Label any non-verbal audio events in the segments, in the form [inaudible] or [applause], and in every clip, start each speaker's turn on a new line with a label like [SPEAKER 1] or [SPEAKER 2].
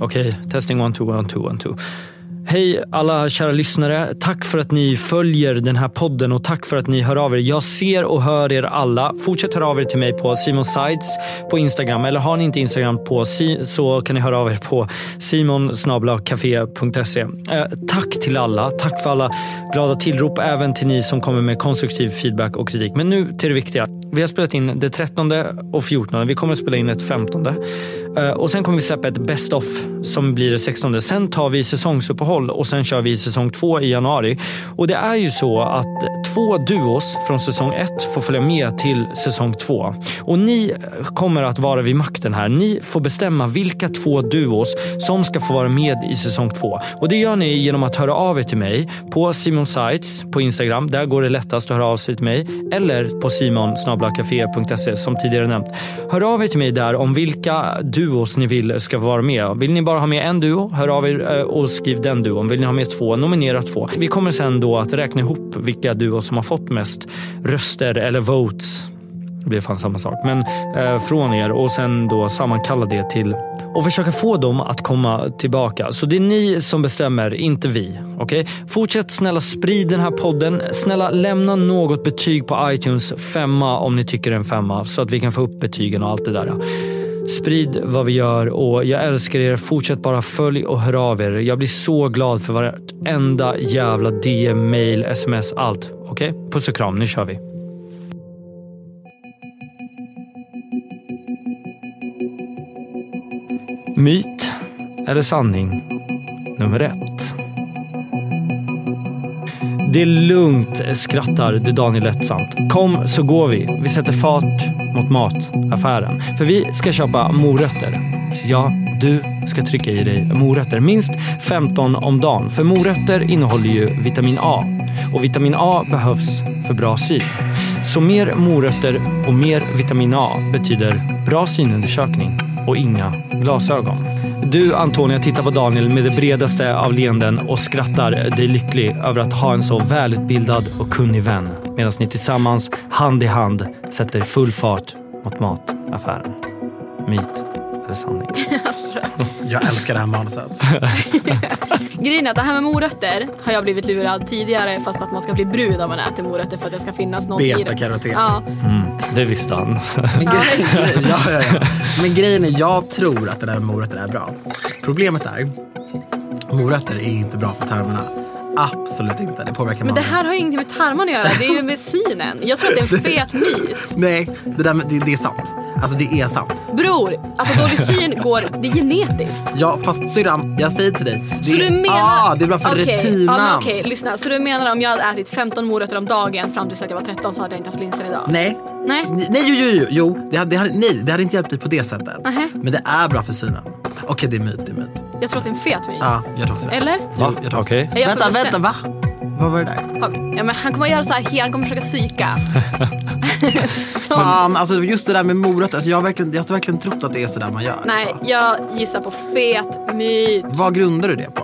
[SPEAKER 1] Okej, testning one, two, one, two, one, two. Hej alla kära lyssnare. Tack för att ni följer den här podden och tack för att ni hör av er. Jag ser och hör er alla. Fortsätt höra av er till mig på Simon Sides på Instagram. Eller har ni inte Instagram på si- så kan ni höra av er på simonsnablacafé.se. Eh, tack till alla. Tack för alla glada tillrop. Även till ni som kommer med konstruktiv feedback och kritik. Men nu till det viktiga. Vi har spelat in det 13 och 14. Vi kommer att spela in ett 15. Eh, Och sen kommer vi släppa ett best of som blir det 16. Sen tar vi säsongsuppehåll och sen kör vi säsong 2 i januari. Och det är ju så att två duos från säsong 1 får följa med till säsong 2. Och ni eh, kommer att vara vid makten här. Ni får bestämma vilka två duos som ska få vara med i säsong 2. Och det gör ni genom att höra av er till mig på Simon Sites på Instagram. Där går det lättast att höra av sig till mig. Eller på simonsnablacafé.se som tidigare nämnt. Hör av er till mig där om vilka duos ni vill ska vara med. Vill ni bara ha med en duo, hör av er eh, och skriv den duon. Vill ni ha med två, nominera två. Vi kommer sen då att räkna ihop vilka duos som har fått mest röster eller votes. Det blir fan samma sak. Men eh, från er och sen då sammankalla det till och försöka få dem att komma tillbaka. Så det är ni som bestämmer, inte vi. Okej? Fortsätt snälla sprid den här podden. Snälla lämna något betyg på iTunes femma om ni tycker en femma så att vi kan få upp betygen och allt det där. Sprid vad vi gör och jag älskar er. Fortsätt bara följ och hör av er. Jag blir så glad för varenda jävla DM, mail, sms, allt. Okej? Puss och kram, nu kör vi. Myt eller sanning nummer ett. Det är lugnt, skrattar det Daniel lättsamt. Kom så går vi. Vi sätter fart mot mataffären. För vi ska köpa morötter. Ja, du ska trycka i dig morötter. Minst 15 om dagen. För morötter innehåller ju vitamin A. Och vitamin A behövs för bra syn. Så mer morötter och mer vitamin A betyder bra synundersökning och inga glasögon. Du Antonia tittar på Daniel med det bredaste av leenden och skrattar dig lycklig över att ha en så välutbildad och kunnig vän. Medan ni tillsammans, hand i hand, sätter full fart mot mataffären. Myt eller sanning?
[SPEAKER 2] Jag älskar det här
[SPEAKER 3] [laughs]
[SPEAKER 2] manuset.
[SPEAKER 3] Grejen är att det här med morötter har jag blivit lurad tidigare fast att man ska bli brud om man äter morötter för att det ska finnas något i det.
[SPEAKER 2] Betakaroten.
[SPEAKER 3] Ja,
[SPEAKER 1] Mm, det visste han.
[SPEAKER 2] Men, gre- [laughs] ja, ja, ja. Men grejen är, jag tror att det där med morötter är bra. Problemet är, morötter är inte bra för tarmarna. Absolut inte. Det påverkar
[SPEAKER 3] men det
[SPEAKER 2] magen.
[SPEAKER 3] här har ju ingenting med tarmarna att göra, det är ju med synen. Jag tror att det är en fet myt.
[SPEAKER 2] Nej, det, där med, det, det är sant. Alltså det är sant.
[SPEAKER 3] Bror, att ha dålig syn går, det är genetiskt.
[SPEAKER 2] Ja, fast syrran, jag säger till dig. Det
[SPEAKER 3] Så du menar...
[SPEAKER 2] Ah, det är bra för
[SPEAKER 3] Okej,
[SPEAKER 2] retinan.
[SPEAKER 3] Ja, men okej, lyssna. Så du menar om jag hade ätit 15 morötter om dagen fram tills att jag var 13 så hade jag inte haft linser idag?
[SPEAKER 2] Nej.
[SPEAKER 3] Nej.
[SPEAKER 2] Ni- Nej, jo, jo, jo. jo. Det hade, det hade, nej, det hade inte hjälpt dig på det sättet.
[SPEAKER 3] Nähä.
[SPEAKER 2] Men det är bra för synen. Okej, det är myt. Det är myt.
[SPEAKER 3] Jag tror att det är en fet myt.
[SPEAKER 2] Ja, jag tror också det.
[SPEAKER 3] Eller?
[SPEAKER 2] Jo, jag tror också
[SPEAKER 1] Okej.
[SPEAKER 2] det.
[SPEAKER 3] Jag får
[SPEAKER 2] Vänta,
[SPEAKER 3] bestäm-
[SPEAKER 2] vänta, va? Vad var det där?
[SPEAKER 3] Ja, men han kommer att göra så här, hela- han kommer
[SPEAKER 2] [laughs]
[SPEAKER 3] försöka psyka. [laughs]
[SPEAKER 2] Fan, alltså just det där med morötter. Alltså jag, har verkligen, jag har verkligen trott att det är sådär man gör.
[SPEAKER 3] Nej,
[SPEAKER 2] alltså.
[SPEAKER 3] jag gissar på fet myt.
[SPEAKER 2] Vad grundar du det på?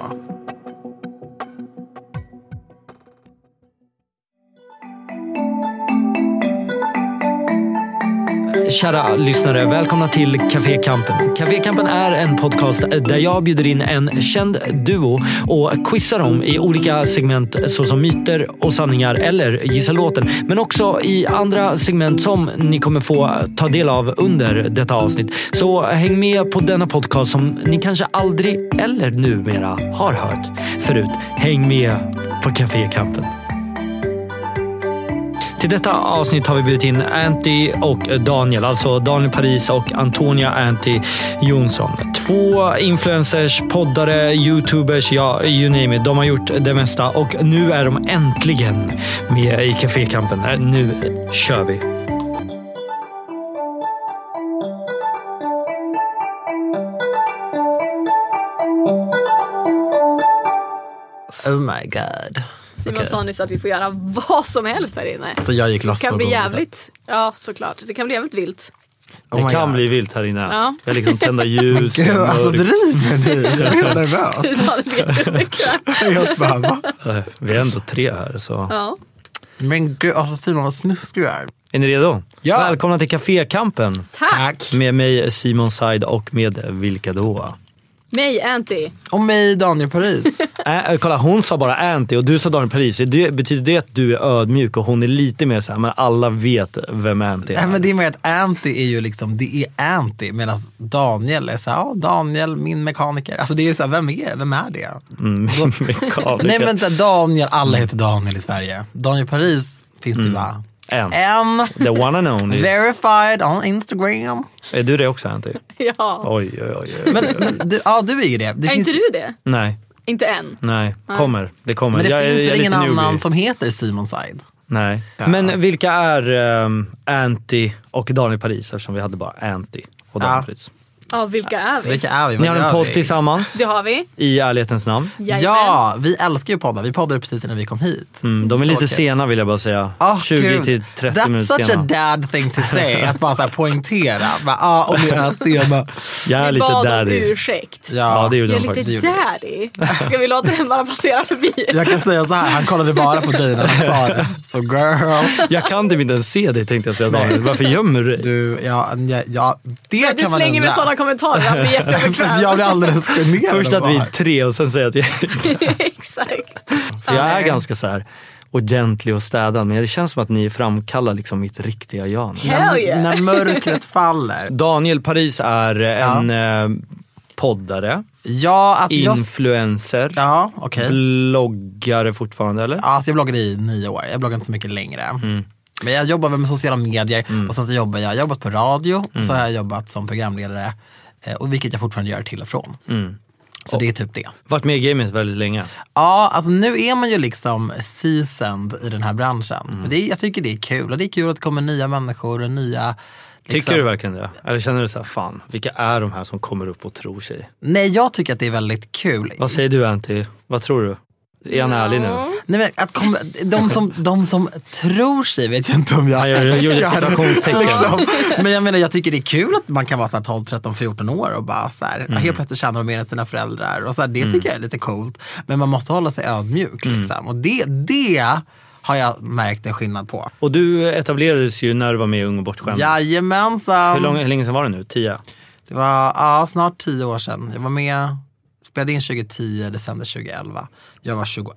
[SPEAKER 1] Kära lyssnare, välkomna till Café Kampen. Café Kampen är en podcast där jag bjuder in en känd duo och quizar dem i olika segment såsom myter och sanningar eller gissa låten. Men också i andra segment som ni kommer få ta del av under detta avsnitt. Så häng med på denna podcast som ni kanske aldrig eller numera har hört förut. Häng med på Café Kampen. Till detta avsnitt har vi bjudit in Antti och Daniel, alltså Daniel Paris och Antonia Antti Jonsson. Två influencers, poddare, youtubers, ja you name it. De har gjort det mesta och nu är de äntligen med i Cafékampen. Eh, Nu kör
[SPEAKER 2] Oh
[SPEAKER 1] vi!
[SPEAKER 2] Oh my god.
[SPEAKER 3] Simon
[SPEAKER 2] Okej.
[SPEAKER 3] sa nyss att vi får göra vad som helst här inne.
[SPEAKER 2] Så jag gick loss
[SPEAKER 3] Det kan
[SPEAKER 2] på
[SPEAKER 3] bli
[SPEAKER 2] godiset.
[SPEAKER 3] jävligt, ja såklart. Det kan bli jävligt vilt. [laughs]
[SPEAKER 2] Oh my God.
[SPEAKER 1] vilt här inne.
[SPEAKER 3] Ja.
[SPEAKER 1] Jag liksom
[SPEAKER 2] [laughs]
[SPEAKER 1] tända ljus.
[SPEAKER 2] Gud, alltså driver ni? Jag blir helt
[SPEAKER 3] [laughs]
[SPEAKER 2] nervös.
[SPEAKER 3] Idag vet du mycket.
[SPEAKER 2] Jag bara, va?
[SPEAKER 1] Äh, Vi är ändå tre här så.
[SPEAKER 3] Ja.
[SPEAKER 2] Men gud, alltså Simon vad snuskig du är.
[SPEAKER 1] Är ni redo?
[SPEAKER 2] Ja.
[SPEAKER 1] Välkomna till Cafékampen!
[SPEAKER 3] Tack!
[SPEAKER 1] Med mig Simon Said och med vilka då?
[SPEAKER 3] Mig, Anty.
[SPEAKER 2] Om mig, Daniel Paris. [laughs]
[SPEAKER 1] Äh, kolla, hon sa bara anti och du sa Daniel Paris. Det, betyder det att du är ödmjuk och hon är lite mer så här, men alla vet vem anti
[SPEAKER 2] Nej,
[SPEAKER 1] är?
[SPEAKER 2] men det är mer att anti är ju liksom, det är anti. Medan Daniel är så här, "Ja, Daniel, min mekaniker. Alltså det är så här, vem är, vem är det?
[SPEAKER 1] Mm, [laughs] Mekaniker.
[SPEAKER 2] Nej men så här, Daniel, alla heter Daniel i Sverige. Daniel Paris finns det ju
[SPEAKER 1] Mm.
[SPEAKER 2] bara
[SPEAKER 1] En.
[SPEAKER 2] en.
[SPEAKER 1] The one and only.
[SPEAKER 2] Verified on Instagram.
[SPEAKER 1] Är du det också anti?
[SPEAKER 3] Ja.
[SPEAKER 1] Oj, oj, oj. oj.
[SPEAKER 2] Men, [laughs] men du, ja, du är ju det. det
[SPEAKER 3] Är
[SPEAKER 2] finns,
[SPEAKER 3] inte du det?
[SPEAKER 1] Nej,
[SPEAKER 3] Inte än.
[SPEAKER 1] nej. Kommer. Det kommer.
[SPEAKER 2] men det
[SPEAKER 1] Jag är- jag
[SPEAKER 2] finns
[SPEAKER 1] är
[SPEAKER 2] väl
[SPEAKER 1] lite
[SPEAKER 2] ingen
[SPEAKER 1] newbie.
[SPEAKER 2] annan som heter Simon Said?
[SPEAKER 1] Nej. Men vilka är ehm, Anti och Daniel Paris eftersom vi hade bara Anti och Daniel
[SPEAKER 2] Ja.
[SPEAKER 1] Paris.
[SPEAKER 3] Ja, vilka är vi?
[SPEAKER 2] Vilka är vi? Vad
[SPEAKER 1] Ni har
[SPEAKER 2] gör
[SPEAKER 1] en podd
[SPEAKER 2] vi?
[SPEAKER 1] tillsammans
[SPEAKER 3] Det har vi.
[SPEAKER 1] i ärlighetens namn.
[SPEAKER 3] Jajamän.
[SPEAKER 2] Ja, vi älskar ju poddar. Vi poddade precis innan vi kom hit.
[SPEAKER 1] Mm, de är
[SPEAKER 2] Så
[SPEAKER 1] lite
[SPEAKER 2] kul.
[SPEAKER 1] sena vill jag bara säga.
[SPEAKER 2] Åh,
[SPEAKER 1] 20
[SPEAKER 2] gud.
[SPEAKER 1] till 30
[SPEAKER 2] That's
[SPEAKER 1] minuter
[SPEAKER 2] such a
[SPEAKER 1] sena.
[SPEAKER 2] dad thing to
[SPEAKER 1] [laughs]
[SPEAKER 2] say, att bara så här poängtera. Bara, ah, om jag är sena.
[SPEAKER 1] Jag är
[SPEAKER 3] Vi
[SPEAKER 1] lite
[SPEAKER 3] bad om
[SPEAKER 1] daddy.
[SPEAKER 3] ursäkt.
[SPEAKER 1] Ja, det
[SPEAKER 3] Jag
[SPEAKER 1] gjorde de
[SPEAKER 3] är
[SPEAKER 1] faktiskt.
[SPEAKER 3] lite
[SPEAKER 2] gjorde det.
[SPEAKER 3] daddy. Ska vi låta den bara passera förbi?
[SPEAKER 2] Jag kan säga så här, han kollade bara på dig när han sa
[SPEAKER 1] [laughs]
[SPEAKER 2] det. Så girl,
[SPEAKER 1] Jag kan typ inte ens se dig tänkte jag säga Daniel. Varför gömmer du dig?
[SPEAKER 2] du, ja, ja, ja det
[SPEAKER 3] Du
[SPEAKER 2] kan man
[SPEAKER 3] slänger
[SPEAKER 2] undra. [laughs]
[SPEAKER 3] med sådana kommentarer, jag blir
[SPEAKER 2] För
[SPEAKER 3] jättebekväm.
[SPEAKER 2] jag blir alldeles generad.
[SPEAKER 1] Först att
[SPEAKER 2] av
[SPEAKER 1] vi är
[SPEAKER 2] det.
[SPEAKER 1] tre och sen säger jag att jag...
[SPEAKER 3] [laughs] Exakt.
[SPEAKER 1] För jag är
[SPEAKER 3] Nej.
[SPEAKER 1] ganska så här ordentlig och städad men det känns som att ni framkallar liksom mitt riktiga jag. nu.
[SPEAKER 3] Hell
[SPEAKER 2] när,
[SPEAKER 3] yeah.
[SPEAKER 2] när mörkret faller.
[SPEAKER 1] Daniel Paris är en eh, poddare,
[SPEAKER 2] Ja, alltså jag...
[SPEAKER 1] influencer,
[SPEAKER 2] Ja, okej.
[SPEAKER 1] bloggare fortfarande eller?
[SPEAKER 2] Ja, Alltså jag bloggade i nio år, jag bloggade inte så mycket längre.
[SPEAKER 1] Mm.
[SPEAKER 2] Men jag jobbar väl med sociala medier och sen så jobbar jag, jag har jobbat på radio och
[SPEAKER 1] Mm.
[SPEAKER 2] så har jag jobbat som programledare. eh, Och vilket jag fortfarande gör till och från.
[SPEAKER 1] Mm.
[SPEAKER 2] Så det är typ det.
[SPEAKER 1] Varit med i gamet väldigt länge.
[SPEAKER 2] Ja, alltså nu är man ju liksom seasoned i den här branschen.
[SPEAKER 1] Mm.
[SPEAKER 2] Men det är, jag tycker det är kul och det är kul att det kommer nya människor och nya liksom-
[SPEAKER 1] Tycker du verkligen det? Eller känner du så här, fan, vilka är de här som kommer upp och tror sig?
[SPEAKER 2] Nej, jag tycker att det är väldigt kul.
[SPEAKER 1] Vad säger du Antti? Vad tror du? Är han ärlig nu?
[SPEAKER 2] Nej, men att komma, de, som, de som tror sig vet jag inte om jag
[SPEAKER 1] Han gör- jag gjorde
[SPEAKER 2] älskar.
[SPEAKER 1] citationstecken.
[SPEAKER 2] liksom. Men jag menar, jag tycker det är kul att man kan vara så här 12, 13, 14 år och bara så här,
[SPEAKER 1] Mm.
[SPEAKER 2] helt plötsligt tjänar de mer än sina föräldrar. Och så här, det tycker jag är lite coolt. Men man måste hålla sig ödmjuk.
[SPEAKER 1] Mm.
[SPEAKER 2] Liksom. Och det, det har jag märkt en skillnad på.
[SPEAKER 1] Och du etablerades ju när du var med i Ung och bortskämd.
[SPEAKER 2] Jajamensan.
[SPEAKER 1] Hur, lång, hur länge sedan var det nu? Tio?
[SPEAKER 2] Det var ja, snart 10 år sedan. Jag var med, spelade in 2010, december 2011. Jag var 21.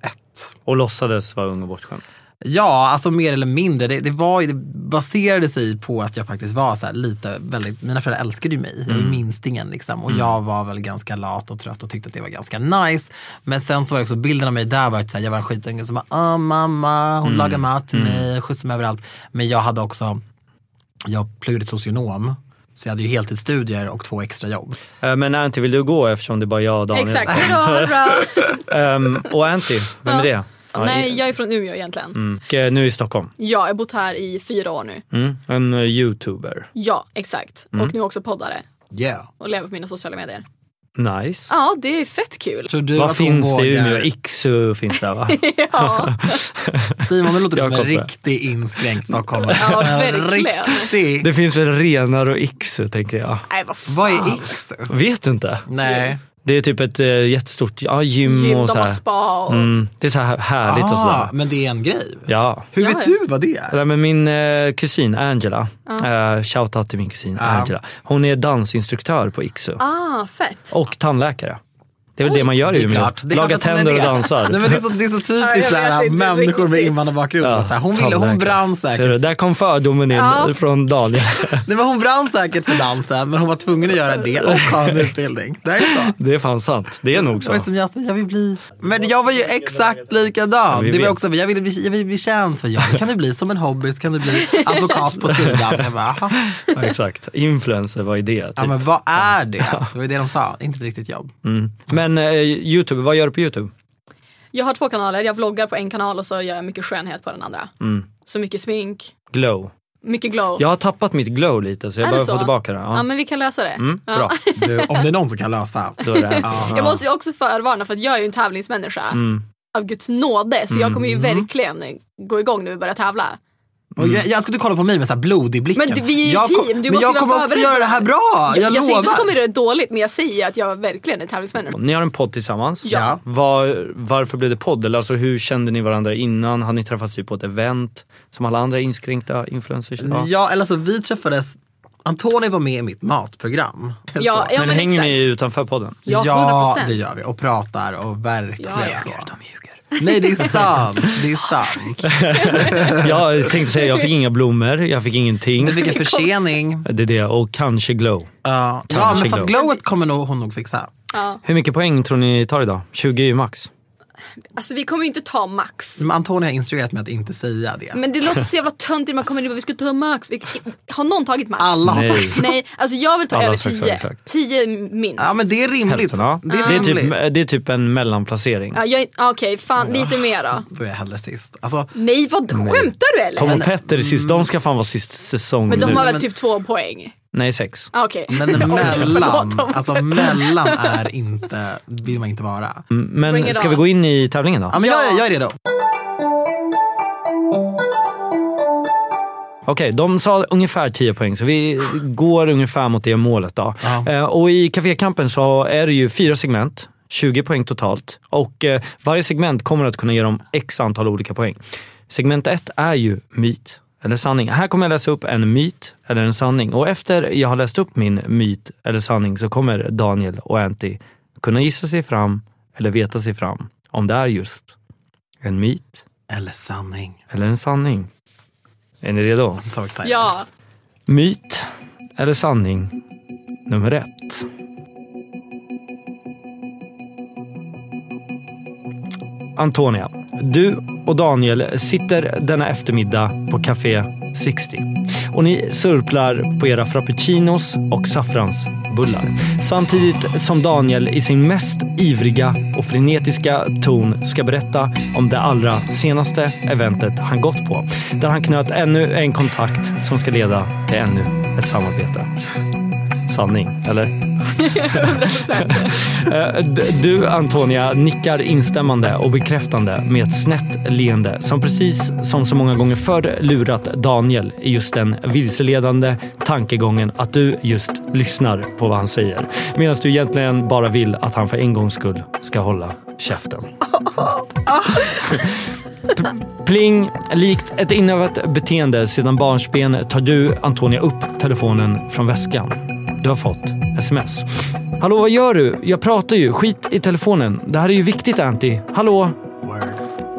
[SPEAKER 1] Och låtsades vara Ung och bortskämd.
[SPEAKER 2] Ja, alltså mer eller mindre. Det, det, var, ju- det baserade sig på att jag faktiskt var så här lite, väldigt, mina föräldrar älskade ju mig, jag var
[SPEAKER 1] Mm.
[SPEAKER 2] ju minstingen liksom. Och jag var väl ganska lat och trött och tyckte att det var ganska nice. Men sen så var ju också bilden av mig där var att så här, jag var en skitunge som bara, ah mamma,
[SPEAKER 1] Mm.
[SPEAKER 2] hon lagar mat till mig, skjutsar mig överallt. Men jag hade också, jag pluggade till socionom. Så jag hade ju heltidsstudier och två extra jobb.
[SPEAKER 1] Eh, Men Antti, vill du gå eftersom det är bara jag och Daniel?
[SPEAKER 3] Exakt, hejdå, ha det bra.
[SPEAKER 1] Ehm, och Antti, vem är det? Ja,
[SPEAKER 3] Nej, jag är från Umeå egentligen.
[SPEAKER 1] Mm. Och eh, nu i Stockholm.
[SPEAKER 3] Ja, jag har bott här i fyra år nu.
[SPEAKER 1] Mm. En eh, youtuber.
[SPEAKER 3] Ja, exakt. Och nu också poddare
[SPEAKER 2] Yeah.
[SPEAKER 3] och lever på mina sociala medier.
[SPEAKER 1] Nice.
[SPEAKER 3] Ja, det är fett kul.
[SPEAKER 2] Så du
[SPEAKER 1] Vad
[SPEAKER 2] att hon
[SPEAKER 1] finns det i
[SPEAKER 2] vågar-
[SPEAKER 1] Umeå? Iksu finns där va?
[SPEAKER 3] [laughs] Ja,
[SPEAKER 2] Simon, nu låter du som en
[SPEAKER 1] Jakob, ja.
[SPEAKER 2] riktig inskränkt stockholmare.
[SPEAKER 3] Ja,
[SPEAKER 2] En
[SPEAKER 3] verkligen.
[SPEAKER 1] [laughs]
[SPEAKER 2] Riktig.
[SPEAKER 1] det finns väl renar och iksu tänker jag.
[SPEAKER 3] [laughs] nej vad fan.
[SPEAKER 2] Vad är Iksu?
[SPEAKER 1] Vet du inte?
[SPEAKER 2] Nej.
[SPEAKER 1] Det är typ ett eh, jättestort ja, gym,
[SPEAKER 3] Gym,
[SPEAKER 1] Mm, och
[SPEAKER 3] de
[SPEAKER 1] så
[SPEAKER 3] har
[SPEAKER 1] här.
[SPEAKER 3] spa och...
[SPEAKER 1] Mm, det är så här härligt och
[SPEAKER 2] Ah,
[SPEAKER 1] sådär.
[SPEAKER 2] men det är en grej.
[SPEAKER 1] Ja.
[SPEAKER 2] Hur
[SPEAKER 3] Ja,
[SPEAKER 2] vet
[SPEAKER 3] ja.
[SPEAKER 2] du vad det är?
[SPEAKER 1] Nej, men min eh, kusin Angela, eh, shoutout till min kusin Angela. Hon är dansinstruktör på Iksu
[SPEAKER 3] Ah, fett.
[SPEAKER 1] och tandläkare. Det är väl det man gör i Umeå. Lagar
[SPEAKER 2] klart att hon är
[SPEAKER 1] tänder och
[SPEAKER 2] det.
[SPEAKER 1] dansar.
[SPEAKER 2] Nej, men det, är så, det är så
[SPEAKER 3] Ja, jag
[SPEAKER 2] typiskt
[SPEAKER 3] vet
[SPEAKER 2] ja,
[SPEAKER 3] inte
[SPEAKER 2] människor med
[SPEAKER 3] riktigt.
[SPEAKER 2] invandrarbakgrund.
[SPEAKER 1] Ja,
[SPEAKER 2] att så här, hon, ville, hon
[SPEAKER 1] tandläkare.
[SPEAKER 2] brann
[SPEAKER 1] Ser du,
[SPEAKER 2] säkert.
[SPEAKER 1] där kom fördomen in
[SPEAKER 3] Ja.
[SPEAKER 1] från Daniel. [laughs]
[SPEAKER 2] Nej, men hon brann säkert för dansen men hon var tvungen att göra det och ha en utbildning. Det är så.
[SPEAKER 1] Det är fan sant. Det är nog
[SPEAKER 2] Det
[SPEAKER 1] så.
[SPEAKER 2] var som Jasmin, jag vill bli... Men jag var ju exakt likadan.
[SPEAKER 1] vi
[SPEAKER 2] Det var
[SPEAKER 1] vet.
[SPEAKER 2] också, jag ville bli, jag ville bli känd. Så jag, kan du bli som en hobby så kan du bli advokat på sidan. Jag bara, aha.
[SPEAKER 1] Ja, exakt. Influencer, vad är det? Typ.
[SPEAKER 2] ja, men vad är det? Det var ju det de sa, inte ett riktigt jobb.
[SPEAKER 1] Mm. Men eh, Youtube, vad gör du på Youtube?
[SPEAKER 3] Jag har två kanaler, jag vloggar på en kanal och så gör jag mycket skönhet på den andra.
[SPEAKER 1] Mm.
[SPEAKER 3] Så mycket smink,
[SPEAKER 1] Glow.
[SPEAKER 3] mycket glow.
[SPEAKER 1] Jag har tappat mitt glow lite så jag
[SPEAKER 3] Är
[SPEAKER 1] behöver få
[SPEAKER 3] det så?
[SPEAKER 1] tillbaka det.
[SPEAKER 3] Ja,
[SPEAKER 1] Ja.
[SPEAKER 3] men vi kan lösa det.
[SPEAKER 1] Mm, bra,
[SPEAKER 2] Du, om det är någon som kan lösa.
[SPEAKER 1] då är
[SPEAKER 3] [laughs]
[SPEAKER 1] det Anty.
[SPEAKER 2] Ja.
[SPEAKER 1] Ja. Mm.
[SPEAKER 3] Jag måste ju också förvarna för att jag är ju en tävlingsmänniska. Av guds nåde. Så jag kommer ju verkligen gå igång när vi börjar tävla.
[SPEAKER 2] Och jag, jag önskar att du kollar på mig med så här blodig blicken.
[SPEAKER 3] Men du- vi är ju
[SPEAKER 2] ko-
[SPEAKER 3] team, du
[SPEAKER 2] men
[SPEAKER 3] måste
[SPEAKER 2] jag
[SPEAKER 3] ju vara
[SPEAKER 2] kommer också
[SPEAKER 3] förberedd
[SPEAKER 2] göra det här
[SPEAKER 3] på
[SPEAKER 2] bra. Jag,
[SPEAKER 3] jag säger
[SPEAKER 2] lovar.
[SPEAKER 3] inte att jag kommer göra det dåligt men jag säger att jag verkligen är tävlingsmänniska.
[SPEAKER 1] Ni har en podd tillsammans.
[SPEAKER 3] Ja.
[SPEAKER 2] Ja.
[SPEAKER 1] Var, varför blev det podd? Eller alltså, hur kände ni varandra innan? Har ni träffats typ på ett event som alla andra inskränkta influencers? Ja.
[SPEAKER 2] Ja, eller så vi träffades Antoni var med i mitt matprogram.
[SPEAKER 3] Ja, ja
[SPEAKER 2] Så.
[SPEAKER 1] Men,
[SPEAKER 3] men
[SPEAKER 1] hänger ni
[SPEAKER 3] exakt.
[SPEAKER 1] utanför podden?
[SPEAKER 3] Ja, 100%.
[SPEAKER 2] ja, det gör vi. Och pratar och verkligen
[SPEAKER 3] Ja, ja.
[SPEAKER 2] så. Nej, det är sant. Det är
[SPEAKER 3] [laughs]
[SPEAKER 2] sant.
[SPEAKER 1] Jag tänkte säga, jag fick inga blommor, jag fick ingenting.
[SPEAKER 2] Du fick en försening.
[SPEAKER 1] Det är det, och kanske glow.
[SPEAKER 2] Ja, ja
[SPEAKER 1] Kanske
[SPEAKER 2] men fast
[SPEAKER 1] glow.
[SPEAKER 2] glowet kommer nog, hon nog fixa.
[SPEAKER 3] Ja.
[SPEAKER 1] Hur mycket poäng tror ni tar idag? 20 är ju max.
[SPEAKER 3] Alltså vi kommer ju inte ta max.
[SPEAKER 2] Men Antoni har instruerat mig att inte säga det.
[SPEAKER 3] Men det låter så jävla töntigt när man kommer in och bara, vi ska ta max. Vi, har någon tagit max?
[SPEAKER 2] Alla har
[SPEAKER 1] Nej.
[SPEAKER 2] sagt så.
[SPEAKER 3] Nej, alltså jag vill ta
[SPEAKER 1] Alla
[SPEAKER 3] över
[SPEAKER 1] har sagt så,
[SPEAKER 3] 10.
[SPEAKER 1] exakt.
[SPEAKER 3] 10 minst.
[SPEAKER 2] Ja, men det är rimligt.
[SPEAKER 1] Hälften, ja.
[SPEAKER 2] Det är rimligt.
[SPEAKER 1] typ, det är typ en mellanplacering.
[SPEAKER 3] Ja, jag, ja, Okej, fan lite mer då.
[SPEAKER 2] Då är jag hellre sist. Alltså,
[SPEAKER 3] Nej, vad skämtar du eller?
[SPEAKER 1] Tom och Petter är sist, de ska fan vara sist säsong
[SPEAKER 3] men
[SPEAKER 1] nu.
[SPEAKER 3] de har
[SPEAKER 2] men-
[SPEAKER 3] väl typ två poäng?
[SPEAKER 1] Nej, sex.
[SPEAKER 3] Ah, Okej. [laughs]
[SPEAKER 2] men mellan,
[SPEAKER 3] förlåt om-
[SPEAKER 2] alltså mellan är inte, vill man inte vara.
[SPEAKER 3] Bring
[SPEAKER 1] Men
[SPEAKER 3] it
[SPEAKER 1] ska
[SPEAKER 3] on.
[SPEAKER 1] vi gå in i tävlingen då?
[SPEAKER 2] Ja, men jag, jag är redo.
[SPEAKER 1] Okej, de sa ungefär 10 poäng, så vi går ungefär mot det målet. Då.
[SPEAKER 2] Ja.
[SPEAKER 1] Eh, och I Cafékampen så är det ju fyra segment, 20 poäng totalt. Och eh, Varje segment kommer att kunna ge dem x antal olika poäng. Segment ett är ju myt eller sanning. Här kommer jag läsa upp en myt eller en sanning. Och Efter jag har läst upp min myt eller sanning så kommer Daniel och Antti kunna gissa sig fram eller veta sig fram om det är just en myt
[SPEAKER 2] Eller sanning.
[SPEAKER 1] eller en sanning. Är ni redo?
[SPEAKER 2] I'm so excited.
[SPEAKER 3] Ja.
[SPEAKER 1] Myt eller sanning nummer ett. Antonia, du och Daniel sitter denna eftermiddag på Café 60 och ni surplar på era frappuccinos och saffransbullar. Samtidigt som Daniel i sin mest ivriga och frenetiska ton ska berätta om det allra senaste eventet han gått på. Där han knöt ännu en kontakt som ska leda till ännu ett samarbete. Sanning, eller? Eh, d- Du, Antonia, nickar instämmande och bekräftande med ett snett leende som precis som så många gånger förr lurat Daniel i just den vilseledande tankegången att du just lyssnar på vad han säger. Medan du egentligen bara vill att han för en gångs skull ska hålla käften. Pling! Likt ett inövat beteende sedan barnsben tar du, Antonia, upp telefonen från väskan. Du har fått sms. Hallå, vad gör du? Jag pratar ju. Skit i telefonen. Det här är ju viktigt, Antti. Hallå?
[SPEAKER 2] Word.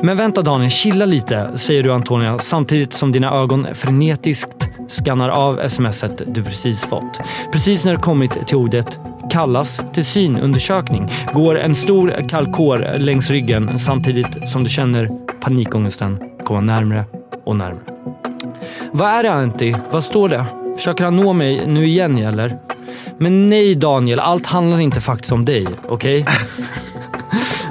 [SPEAKER 1] Men vänta Daniel, chilla lite, säger du Antonia samtidigt som dina ögon frenetiskt skannar av smset du precis fått. Precis när det kommit till ordet kallas till synundersökning går en stor kalkår längs ryggen samtidigt som du känner panikångesten komma närmre och närmre. Vad är det Antti? Vad står det? Försöker han nå mig nu igen eller? Men nej Daniel, allt handlar inte faktiskt om dig, okej?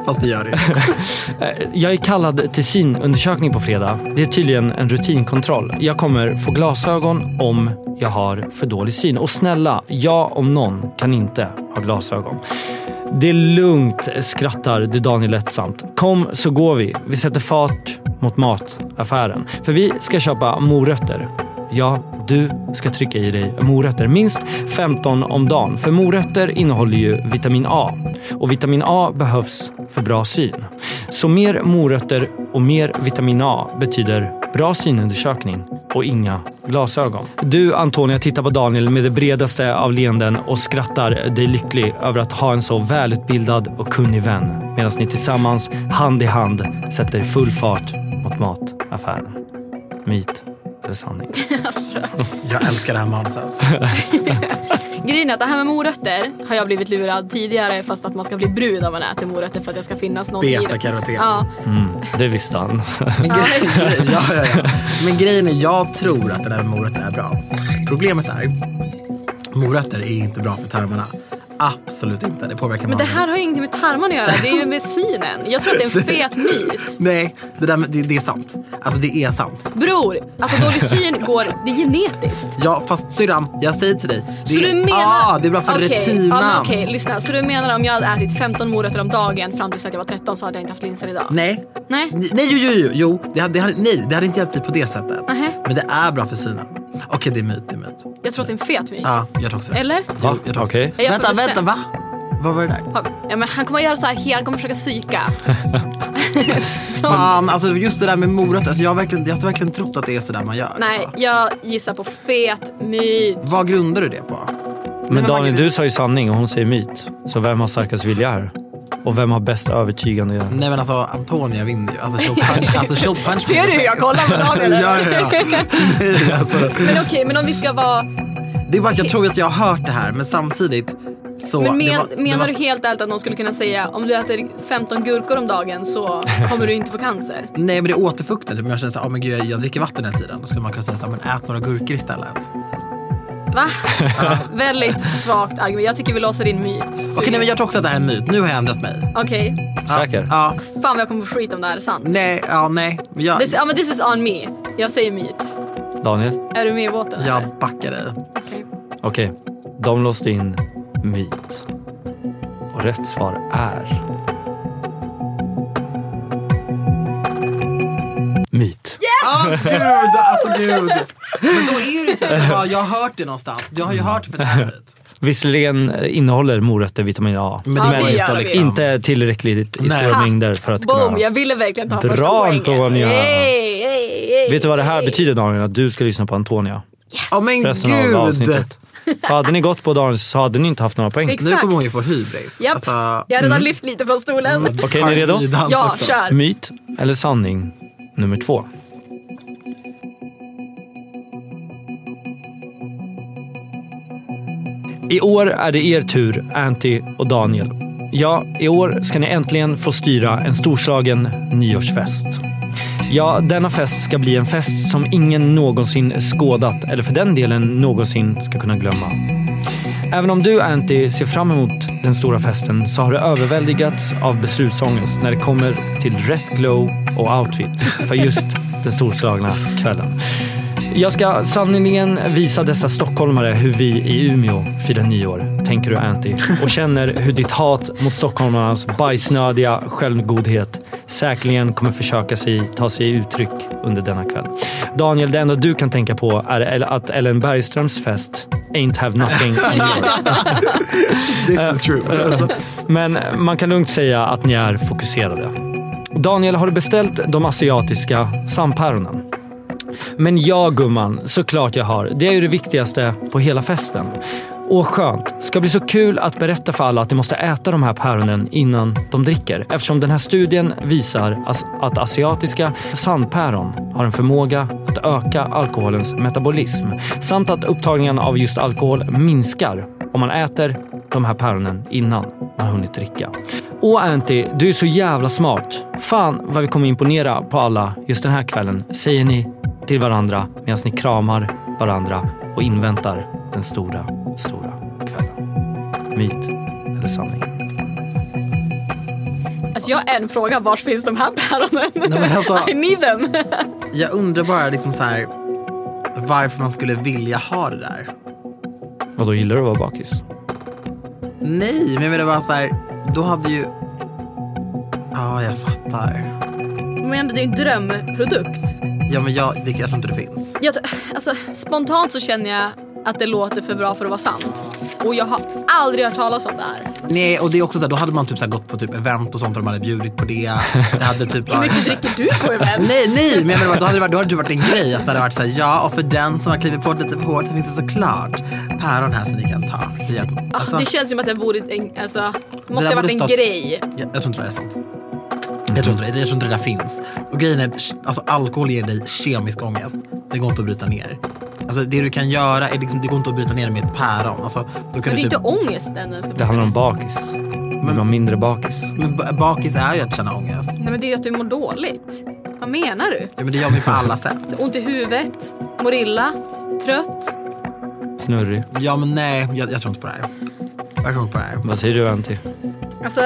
[SPEAKER 2] Fast det gör det.
[SPEAKER 1] Jag är kallad till synundersökning på fredag. Det är tydligen en rutinkontroll. Jag kommer få glasögon om jag har för dålig syn. Och snälla, jag om någon kan inte ha glasögon. Det är lugnt, skrattar du Daniel lättsamt. Kom så går vi. Vi sätter fart mot mataffären. För vi ska köpa morötter. Ja, du ska trycka i dig morötter. Minst 15 om dagen. För morötter innehåller ju vitamin A. Och vitamin A behövs för bra syn. Så mer morötter och mer vitamin A betyder bra synundersökning och inga glasögon. Du Antonia tittar på Daniel med det bredaste av leenden och skrattar dig lycklig över att ha en så välutbildad och kunnig vän. Medan ni tillsammans, hand i hand, sätter full fart mot mataffären. Myt eller sanning?
[SPEAKER 2] Jag älskar det här manuset.
[SPEAKER 3] Grejen är att det här med morötter har jag blivit lurad tidigare fast att man ska bli brun om man äter morötter för att det ska finnas någon i det.
[SPEAKER 2] Beta-karoten.
[SPEAKER 3] Ja.
[SPEAKER 1] Mm, Det visste [laughs] han.
[SPEAKER 2] Men, gre- ja, ja, ja. Men grejen är, jag tror att det där med morötter är bra. Problemet är, morötter är inte bra för tarmarna. Absolut inte. Det påverkar
[SPEAKER 3] Men det
[SPEAKER 2] magen.
[SPEAKER 3] här har ju ingenting med tarmarna att göra, det är ju med synen. Jag tror att det är en fet myt.
[SPEAKER 2] Nej, det, där med, det, det är sant. Alltså det är sant.
[SPEAKER 3] Bror, att ha dålig syn går, det är genetiskt.
[SPEAKER 2] Ja, fast syrran, jag säger till dig. Det
[SPEAKER 3] Så du menar...
[SPEAKER 2] Ja, det är bra för
[SPEAKER 3] Okej,
[SPEAKER 2] retinan.
[SPEAKER 3] Ja, men okej, lyssna. Så du menar om jag hade ätit 15 morötter om dagen fram tills att jag var 13 så hade jag inte haft linser idag?
[SPEAKER 2] Nej.
[SPEAKER 3] Nej.
[SPEAKER 2] Ni- Nej, jo, jo, jo. jo. Det hade, det hade, nej, det hade inte hjälpt dig på det sättet.
[SPEAKER 3] Nähä.
[SPEAKER 2] Men det är bra för synen. Okej, det är myt. Det är myt.
[SPEAKER 3] Jag tror att det är en fet myt.
[SPEAKER 2] Ah. Ja, jag tror också det.
[SPEAKER 3] Eller?
[SPEAKER 2] Jo, jag tror också det.
[SPEAKER 1] Okej.
[SPEAKER 3] Jag får
[SPEAKER 2] Vänta,
[SPEAKER 3] bestäm-
[SPEAKER 2] vänta, va? Vad var det där?
[SPEAKER 3] Ja, men han kommer göra så här, helt- han kommer
[SPEAKER 2] [laughs]
[SPEAKER 3] försöka psyka.
[SPEAKER 2] Fan, alltså just det där med morötter. Alltså jag, har verkligen, jag har verkligen trott att det är sådär man gör.
[SPEAKER 3] Nej,
[SPEAKER 2] Alltså.
[SPEAKER 3] jag gissar på fet myt.
[SPEAKER 2] Vad grundar du det på?
[SPEAKER 1] Men Daniel,
[SPEAKER 2] Margareta-
[SPEAKER 1] du sa ju sanning och hon säger myt. Så vem har starkast vilja här? Och vem har bäst övertygande?
[SPEAKER 2] Nej men alltså Antonia vinner ju. Alltså show
[SPEAKER 3] [laughs]
[SPEAKER 2] punch. alltså, show punch
[SPEAKER 3] Ser du hur jag kollar på
[SPEAKER 2] [laughs]
[SPEAKER 3] Daniel?
[SPEAKER 2] ja, ja, ja. Nej, alltså,
[SPEAKER 3] Men okej, men om vi ska vara...
[SPEAKER 2] det är bara att jag tror att jag har hört det här men samtidigt så...
[SPEAKER 3] Men
[SPEAKER 2] det
[SPEAKER 3] men,
[SPEAKER 2] var- det
[SPEAKER 3] menar
[SPEAKER 2] var-
[SPEAKER 3] du helt ärligt att någon skulle kunna säga om du äter 15 gurkor om dagen så kommer du inte få cancer?
[SPEAKER 2] Nej men det återfuktar. Typ. Jag känner såhär, oh, men gud jag, jag dricker vatten den här tiden. Då skulle man kunna säga såhär, men ät några gurkor istället. [laughs]
[SPEAKER 3] Va? Väldigt svagt argument. Jag tycker vi låser in myt. Så-
[SPEAKER 2] Okej nej men jag tror också att det här är en myt. Nu har jag ändrat mig.
[SPEAKER 3] Okej.
[SPEAKER 1] Säker?
[SPEAKER 2] Ja,
[SPEAKER 3] Fan vad jag kommer få skit om det här är sant.
[SPEAKER 2] nej, ja, nej. Men Jag,
[SPEAKER 3] This, ja, men this is on me. Jag säger myt.
[SPEAKER 1] Daniel?
[SPEAKER 3] Är du med i båten? eller?
[SPEAKER 2] jag backar dig.
[SPEAKER 3] Okej.
[SPEAKER 1] Okej, de låste in myt. Och rätt svar är... Myt.
[SPEAKER 2] Ah, gud, alltså gud. Men då är det ju så här, ja, jag har hört det någonstans. Jag har ju hört det för det här myt.
[SPEAKER 1] Visserligen eh, innehåller morötter vitamin A. Men
[SPEAKER 3] det går inte, liksom.
[SPEAKER 1] inte tillräckligt i
[SPEAKER 2] Nej.
[SPEAKER 1] stora
[SPEAKER 3] Ha.
[SPEAKER 1] mängder för att
[SPEAKER 3] Boom,
[SPEAKER 1] kunna...
[SPEAKER 3] jag ville verkligen ta
[SPEAKER 1] Dra,
[SPEAKER 3] första poängen.
[SPEAKER 1] Antonia.
[SPEAKER 3] Hey, hey, hey,
[SPEAKER 1] Vet du vad det här
[SPEAKER 3] hey.
[SPEAKER 1] betyder Daniel? Att du ska lyssna på Antonia.
[SPEAKER 2] Ja Ah, men
[SPEAKER 1] Resten av
[SPEAKER 2] gud.
[SPEAKER 3] [laughs]
[SPEAKER 1] avsnittet. För hade ni gått på Daniel så hade ni inte haft några poäng.
[SPEAKER 3] Exakt.
[SPEAKER 2] Nu kommer hon ju få hybris.
[SPEAKER 3] Japp,
[SPEAKER 2] Alltså,
[SPEAKER 3] jag har redan
[SPEAKER 1] mm.
[SPEAKER 3] lyft lite från stolen.
[SPEAKER 1] Okej, är ni redo?
[SPEAKER 2] parnidans
[SPEAKER 3] Ja,
[SPEAKER 2] också.
[SPEAKER 3] kör.
[SPEAKER 1] Myt eller sanning nummer två. I år är det er tur, Anty och Daniel. Ja, i år ska ni äntligen få styra en storslagen nyårsfest. Ja, denna fest ska bli en fest som ingen någonsin skådat, eller för den delen någonsin ska kunna glömma. Även om du, Anty, ser fram emot den stora festen så har du överväldigats av beslutsångest när det kommer till rätt glow och outfit för just den storslagna kvällen. Jag ska sannerligen visa dessa stockholmare hur vi i Umeå firar nyår, tänker du Anty. Och känner hur ditt hat mot stockholmarnas bajsnödiga självgodhet säkerligen kommer försöka sig, ta sig uttryck under denna kväll. Daniel, det enda du kan tänka på är El- att Ellen Bergströms fest ain't have nothing in here.
[SPEAKER 2] This is true.
[SPEAKER 1] Men man kan lugnt säga att ni är fokuserade. Daniel, har du beställt de asiatiska sampäronen? Men ja gumman, såklart jag har. Det är ju det viktigaste på hela festen. Och skönt. Ska bli så kul att berätta för alla att de måste äta de här päronen innan de dricker. Eftersom den här studien visar as- att asiatiska sandpäron har en förmåga att öka alkoholens metabolism. Samt att upptagningen av just alkohol minskar om man äter de här päronen innan man hunnit dricka. Åh Anty, du är så jävla smart. Fan vad vi kommer imponera på alla just den här kvällen, säger ni till varandra medan ni kramar varandra och inväntar den stora, stora kvällen. Myt eller sanning?
[SPEAKER 3] Alltså jag har en fråga, var finns de här päronen?
[SPEAKER 2] men alltså-
[SPEAKER 3] [laughs] I need them.
[SPEAKER 2] Jag undrar bara liksom så här, varför man skulle vilja ha det där.
[SPEAKER 1] Och då gillar du att vara bakis?
[SPEAKER 2] Nej, men jag menar bara så här, då hade ju... Ja, jag fattar.
[SPEAKER 3] men det är ju en drömprodukt.
[SPEAKER 2] Ja, men jag, det, jag tror inte det finns.
[SPEAKER 3] Jag, tror- alltså, spontant så känner jag att det låter för bra för att vara sant. Och jag har aldrig hört talas om det här.
[SPEAKER 2] Nej, och det är också så här, då hade man typ så här gått på typ event och sånt och de hade bjudit på det. Det hade typ
[SPEAKER 3] Hur
[SPEAKER 2] varit...
[SPEAKER 3] mycket dricker du på event?
[SPEAKER 2] Nej, nej, men jag menar bara, då hade det varit, då hade det varit en grej att det hade varit så här, ja, och för den som har klivit på det lite för hårt så finns det såklart päron här som ni kan ta. Det, gör-
[SPEAKER 3] Ah,
[SPEAKER 2] alltså,
[SPEAKER 3] det känns som att det vore en, alltså, det
[SPEAKER 2] där
[SPEAKER 3] måste
[SPEAKER 2] borde
[SPEAKER 3] ha varit en
[SPEAKER 2] stått-
[SPEAKER 3] grej.
[SPEAKER 2] jag, jag tror inte det där är sant. Jag tror, inte, det- jag tror inte det där finns. Och grejen är, att, alltså, alkohol ger dig kemisk ångest. Det går inte att bryta ner. Alltså, det du kan göra är liksom, det går inte att bryta ner det med ett päron. Alltså, då kan
[SPEAKER 3] Men
[SPEAKER 2] du
[SPEAKER 3] det är
[SPEAKER 2] typ,
[SPEAKER 3] inte ångesten den ska
[SPEAKER 1] Det handlar om bakis. Vill man mindre bakis?
[SPEAKER 2] men ba- bakis är ju att känna ångest.
[SPEAKER 3] Nej men det är ju att du mår dåligt. Vad menar du?
[SPEAKER 2] Ja, men det gör man ju på alla sätt.
[SPEAKER 3] Så ont i huvudet, mår illa, trött.
[SPEAKER 1] Snurrig?
[SPEAKER 2] Ja, men nej, jag, jag tror inte på det här. Jag tror inte på det här.
[SPEAKER 1] Vad säger du Anty?
[SPEAKER 3] Alltså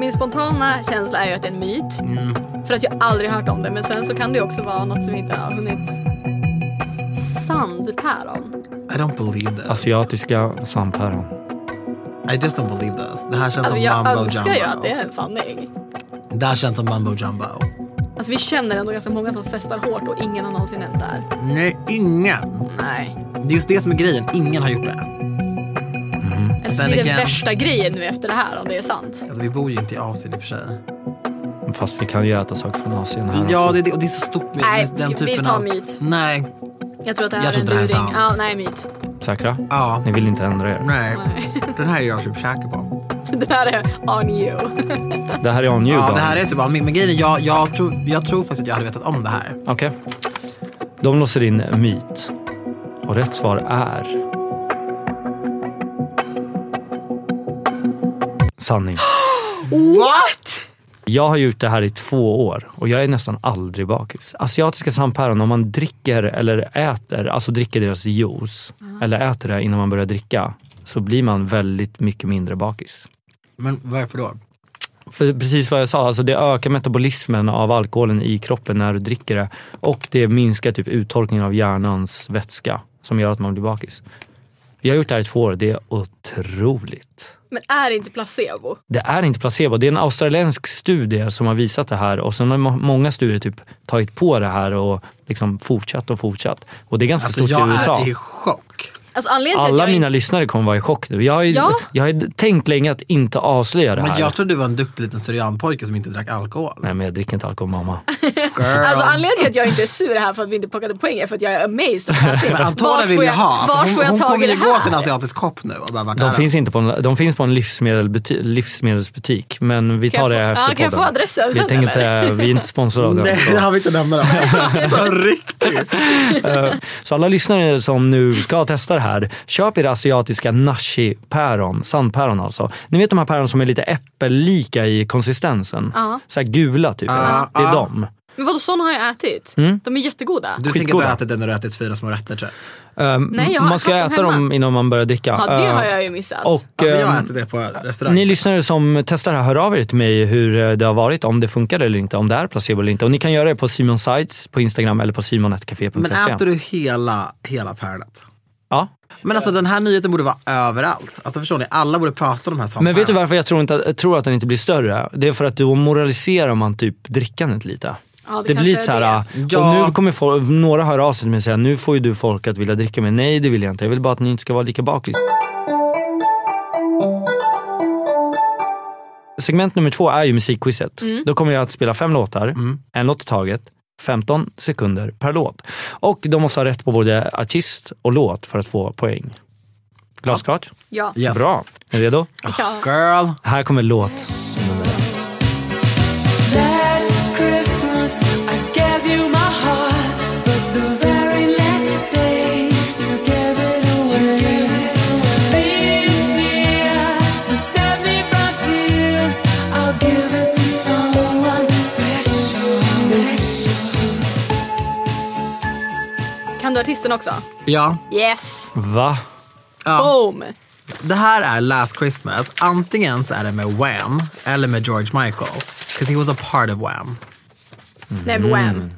[SPEAKER 3] min spontana känsla är ju att det är en myt.
[SPEAKER 2] Mm.
[SPEAKER 3] För att jag aldrig hört om det. Men sen så kan det ju också vara något som vi inte har hunnit. Sandpäron.
[SPEAKER 2] I don't believe this.
[SPEAKER 1] Alltså- Asiatiska sampäron.
[SPEAKER 2] I just don't believe this. Det här känns
[SPEAKER 3] Alltså
[SPEAKER 2] som
[SPEAKER 3] jag
[SPEAKER 2] mumbo
[SPEAKER 3] önskar
[SPEAKER 2] jumbo.
[SPEAKER 3] ju att det är en sanning.
[SPEAKER 2] Det här känns som mumbo jumbo.
[SPEAKER 3] Alltså vi känner ändå ganska många som festar hårt och ingen har någonsin hänt där.
[SPEAKER 2] Nej, ingen.
[SPEAKER 3] Nej.
[SPEAKER 2] Det är just det som är grejen. Ingen har gjort det.
[SPEAKER 3] Är det Det
[SPEAKER 2] Then
[SPEAKER 3] blir den
[SPEAKER 2] again.
[SPEAKER 3] värsta grejen nu efter det här om det är sant.
[SPEAKER 2] Alltså, vi bor ju inte i Asien i och för sig.
[SPEAKER 1] Fast vi kan ju äta saker från Asien här
[SPEAKER 2] Ja,
[SPEAKER 1] också.
[SPEAKER 2] det, det, och det är så stort med
[SPEAKER 3] Nej,
[SPEAKER 2] med den
[SPEAKER 3] ska vi
[SPEAKER 2] typen
[SPEAKER 3] ta
[SPEAKER 2] av...
[SPEAKER 3] myt?
[SPEAKER 2] Nej,
[SPEAKER 3] Jag tror att det här
[SPEAKER 2] Jag
[SPEAKER 3] är
[SPEAKER 2] tror
[SPEAKER 3] en
[SPEAKER 2] inte det här är
[SPEAKER 3] luring.
[SPEAKER 2] sant.
[SPEAKER 3] Ja, nej, myt.
[SPEAKER 1] Säkra?
[SPEAKER 2] ja,
[SPEAKER 1] Ni vill inte ändra er?
[SPEAKER 2] nej. Den här är jag typ säker på.
[SPEAKER 3] [laughs] Det här är on you.
[SPEAKER 1] Det här är on you
[SPEAKER 2] Ja,
[SPEAKER 1] då.
[SPEAKER 2] det här är typ all min. Men grejen är, jag, jag, tror, jag tror faktiskt att jag hade vetat om det här.
[SPEAKER 1] Okej. De låser in myt. Och rätt svar är... Sanning.
[SPEAKER 2] What?
[SPEAKER 1] Jag har gjort det här i två år och jag är nästan aldrig bakis. Asiatiska sampäron, om man dricker eller äter, alltså dricker deras juice eller äter det innan man börjar dricka, så blir man väldigt mycket mindre bakis.
[SPEAKER 2] Men varför då?
[SPEAKER 1] För precis vad jag sa, alltså det ökar metabolismen av alkoholen i kroppen när du dricker det och det minskar typ uttorkningen av hjärnans vätska som gör att man blir bakis. Jag har gjort det här i två år, det är otroligt.
[SPEAKER 3] Men är det inte placebo?
[SPEAKER 1] Det är inte placebo. Det är en australiensk studie som har visat det här och sen har må- många studier typ tagit på det här och liksom fortsatt och fortsatt. Och det är ganska
[SPEAKER 2] Alltså
[SPEAKER 1] stort
[SPEAKER 2] jag
[SPEAKER 1] i USA.
[SPEAKER 2] är i chock.
[SPEAKER 3] Alltså anledningen till
[SPEAKER 1] Alla
[SPEAKER 3] att jag
[SPEAKER 1] mina lyssnare kommer vara i chock nu. Jag har, ju,
[SPEAKER 3] Ja.
[SPEAKER 1] jag har ju tänkt länge att inte avslöja det här.
[SPEAKER 2] Men jag tror du var en duktig liten syrianpojke som inte drack alkohol.
[SPEAKER 1] Nej men jag dricker inte alkohol mamma.
[SPEAKER 2] Girl.
[SPEAKER 3] Alltså anledningen till att jag inte är sur här för att vi inte plockade poäng är för att jag är amazed att det här finns.
[SPEAKER 2] Men Antonija
[SPEAKER 3] Vart
[SPEAKER 2] vill
[SPEAKER 3] får
[SPEAKER 2] ju
[SPEAKER 3] jag-
[SPEAKER 2] ha.
[SPEAKER 3] Vart
[SPEAKER 2] Alltså,
[SPEAKER 3] får
[SPEAKER 2] hon
[SPEAKER 3] jag
[SPEAKER 2] hon
[SPEAKER 3] tag i
[SPEAKER 2] kommer
[SPEAKER 3] det
[SPEAKER 2] ju gå
[SPEAKER 3] här?
[SPEAKER 2] till en asiatisk kopp nu och bara, vad är
[SPEAKER 1] De
[SPEAKER 2] det?
[SPEAKER 1] finns, inte på en, de finns på en livsmedelbuti- livsmedelsbutik men vi
[SPEAKER 3] Kan
[SPEAKER 1] tar det
[SPEAKER 3] jag få-
[SPEAKER 1] efter
[SPEAKER 3] ja, kan jag få
[SPEAKER 1] podden.
[SPEAKER 3] adressen
[SPEAKER 1] vi,
[SPEAKER 3] sen,
[SPEAKER 1] tänker inte, vi är inte sponsrade av den.
[SPEAKER 2] Nej, det har vi inte nämnt. [laughs] På riktigt.
[SPEAKER 1] Så alla lyssnare som nu ska testa det här, köp era asiatiska nashi-päron, sandpäron alltså. Ni vet de här päron som är lite äppellika i konsistensen?
[SPEAKER 3] Ja.
[SPEAKER 1] Så här gula typ.
[SPEAKER 2] Ja.
[SPEAKER 1] det är
[SPEAKER 2] Ja.
[SPEAKER 1] dem.
[SPEAKER 3] Men vadå sån har jag ätit?
[SPEAKER 1] Mm.
[SPEAKER 3] De är jättegoda.
[SPEAKER 2] Du tänker att du
[SPEAKER 1] Skitgoda.
[SPEAKER 2] har ätit den när du har ätit fyra små rätter tror jag.
[SPEAKER 1] Ehm,
[SPEAKER 3] Nej, jag har
[SPEAKER 1] man ska
[SPEAKER 3] haft dem
[SPEAKER 1] äta dem
[SPEAKER 3] hemma.
[SPEAKER 1] innan man börjar dricka.
[SPEAKER 3] Ja det
[SPEAKER 1] Ehm,
[SPEAKER 3] har jag ju missat.
[SPEAKER 1] Och,
[SPEAKER 2] Ja, men jag har
[SPEAKER 1] ehm,
[SPEAKER 2] ätit det på restaurang.
[SPEAKER 1] Ni lyssnare som testar det här, hör av er till mig hur eh, det har varit, om det funkar eller inte, om det är placebo eller inte. Och ni kan göra det på Simon Sides på Instagram eller på simonetcafe.se.
[SPEAKER 2] Men äter du hela, hela päronet?
[SPEAKER 1] Ja.
[SPEAKER 2] Men alltså den här nyheten borde vara överallt. Alltså förstår ni, alla borde prata om de här sakerna.
[SPEAKER 1] Men vet du varför jag tror, inte, jag tror att den inte blir större? Det är för att då moraliserar man typ drickandet lite.
[SPEAKER 3] Ja, det
[SPEAKER 1] det
[SPEAKER 3] kanske
[SPEAKER 1] blir
[SPEAKER 3] är
[SPEAKER 1] lite så här, äh,
[SPEAKER 2] det.
[SPEAKER 1] och
[SPEAKER 2] Ja.
[SPEAKER 1] nu kommer folk, några höra av sig till mig och säga nu får ju du folk att vilja dricka men Nej det vill jag inte, jag vill bara att ni inte ska vara lika bakis. Segment nummer två är ju musikquizet.
[SPEAKER 3] Mm.
[SPEAKER 1] Då kommer jag att spela fem låtar, en låt i taget, 15 sekunder per låt. Och de måste ha rätt på både artist och låt för att få poäng. Glasklart?
[SPEAKER 3] ja.
[SPEAKER 2] Yes.
[SPEAKER 1] Bra. Är ni redo?
[SPEAKER 3] ja.
[SPEAKER 2] Girl.
[SPEAKER 1] Här kommer låt
[SPEAKER 4] Last Christmas I gave you my heart, but the very next day you gave it away. This year to save me from tears, I'll give it to someone special, special.
[SPEAKER 3] Kan du artisten också?
[SPEAKER 2] Ja.
[SPEAKER 3] Yes!
[SPEAKER 1] Va?
[SPEAKER 2] ja. Mm.
[SPEAKER 3] Boom!
[SPEAKER 2] Det här är Last Christmas. Antingen så är det med Wham eller med George Michael. Because he was a part of Wham.
[SPEAKER 3] Nej men wham.
[SPEAKER 1] Mm.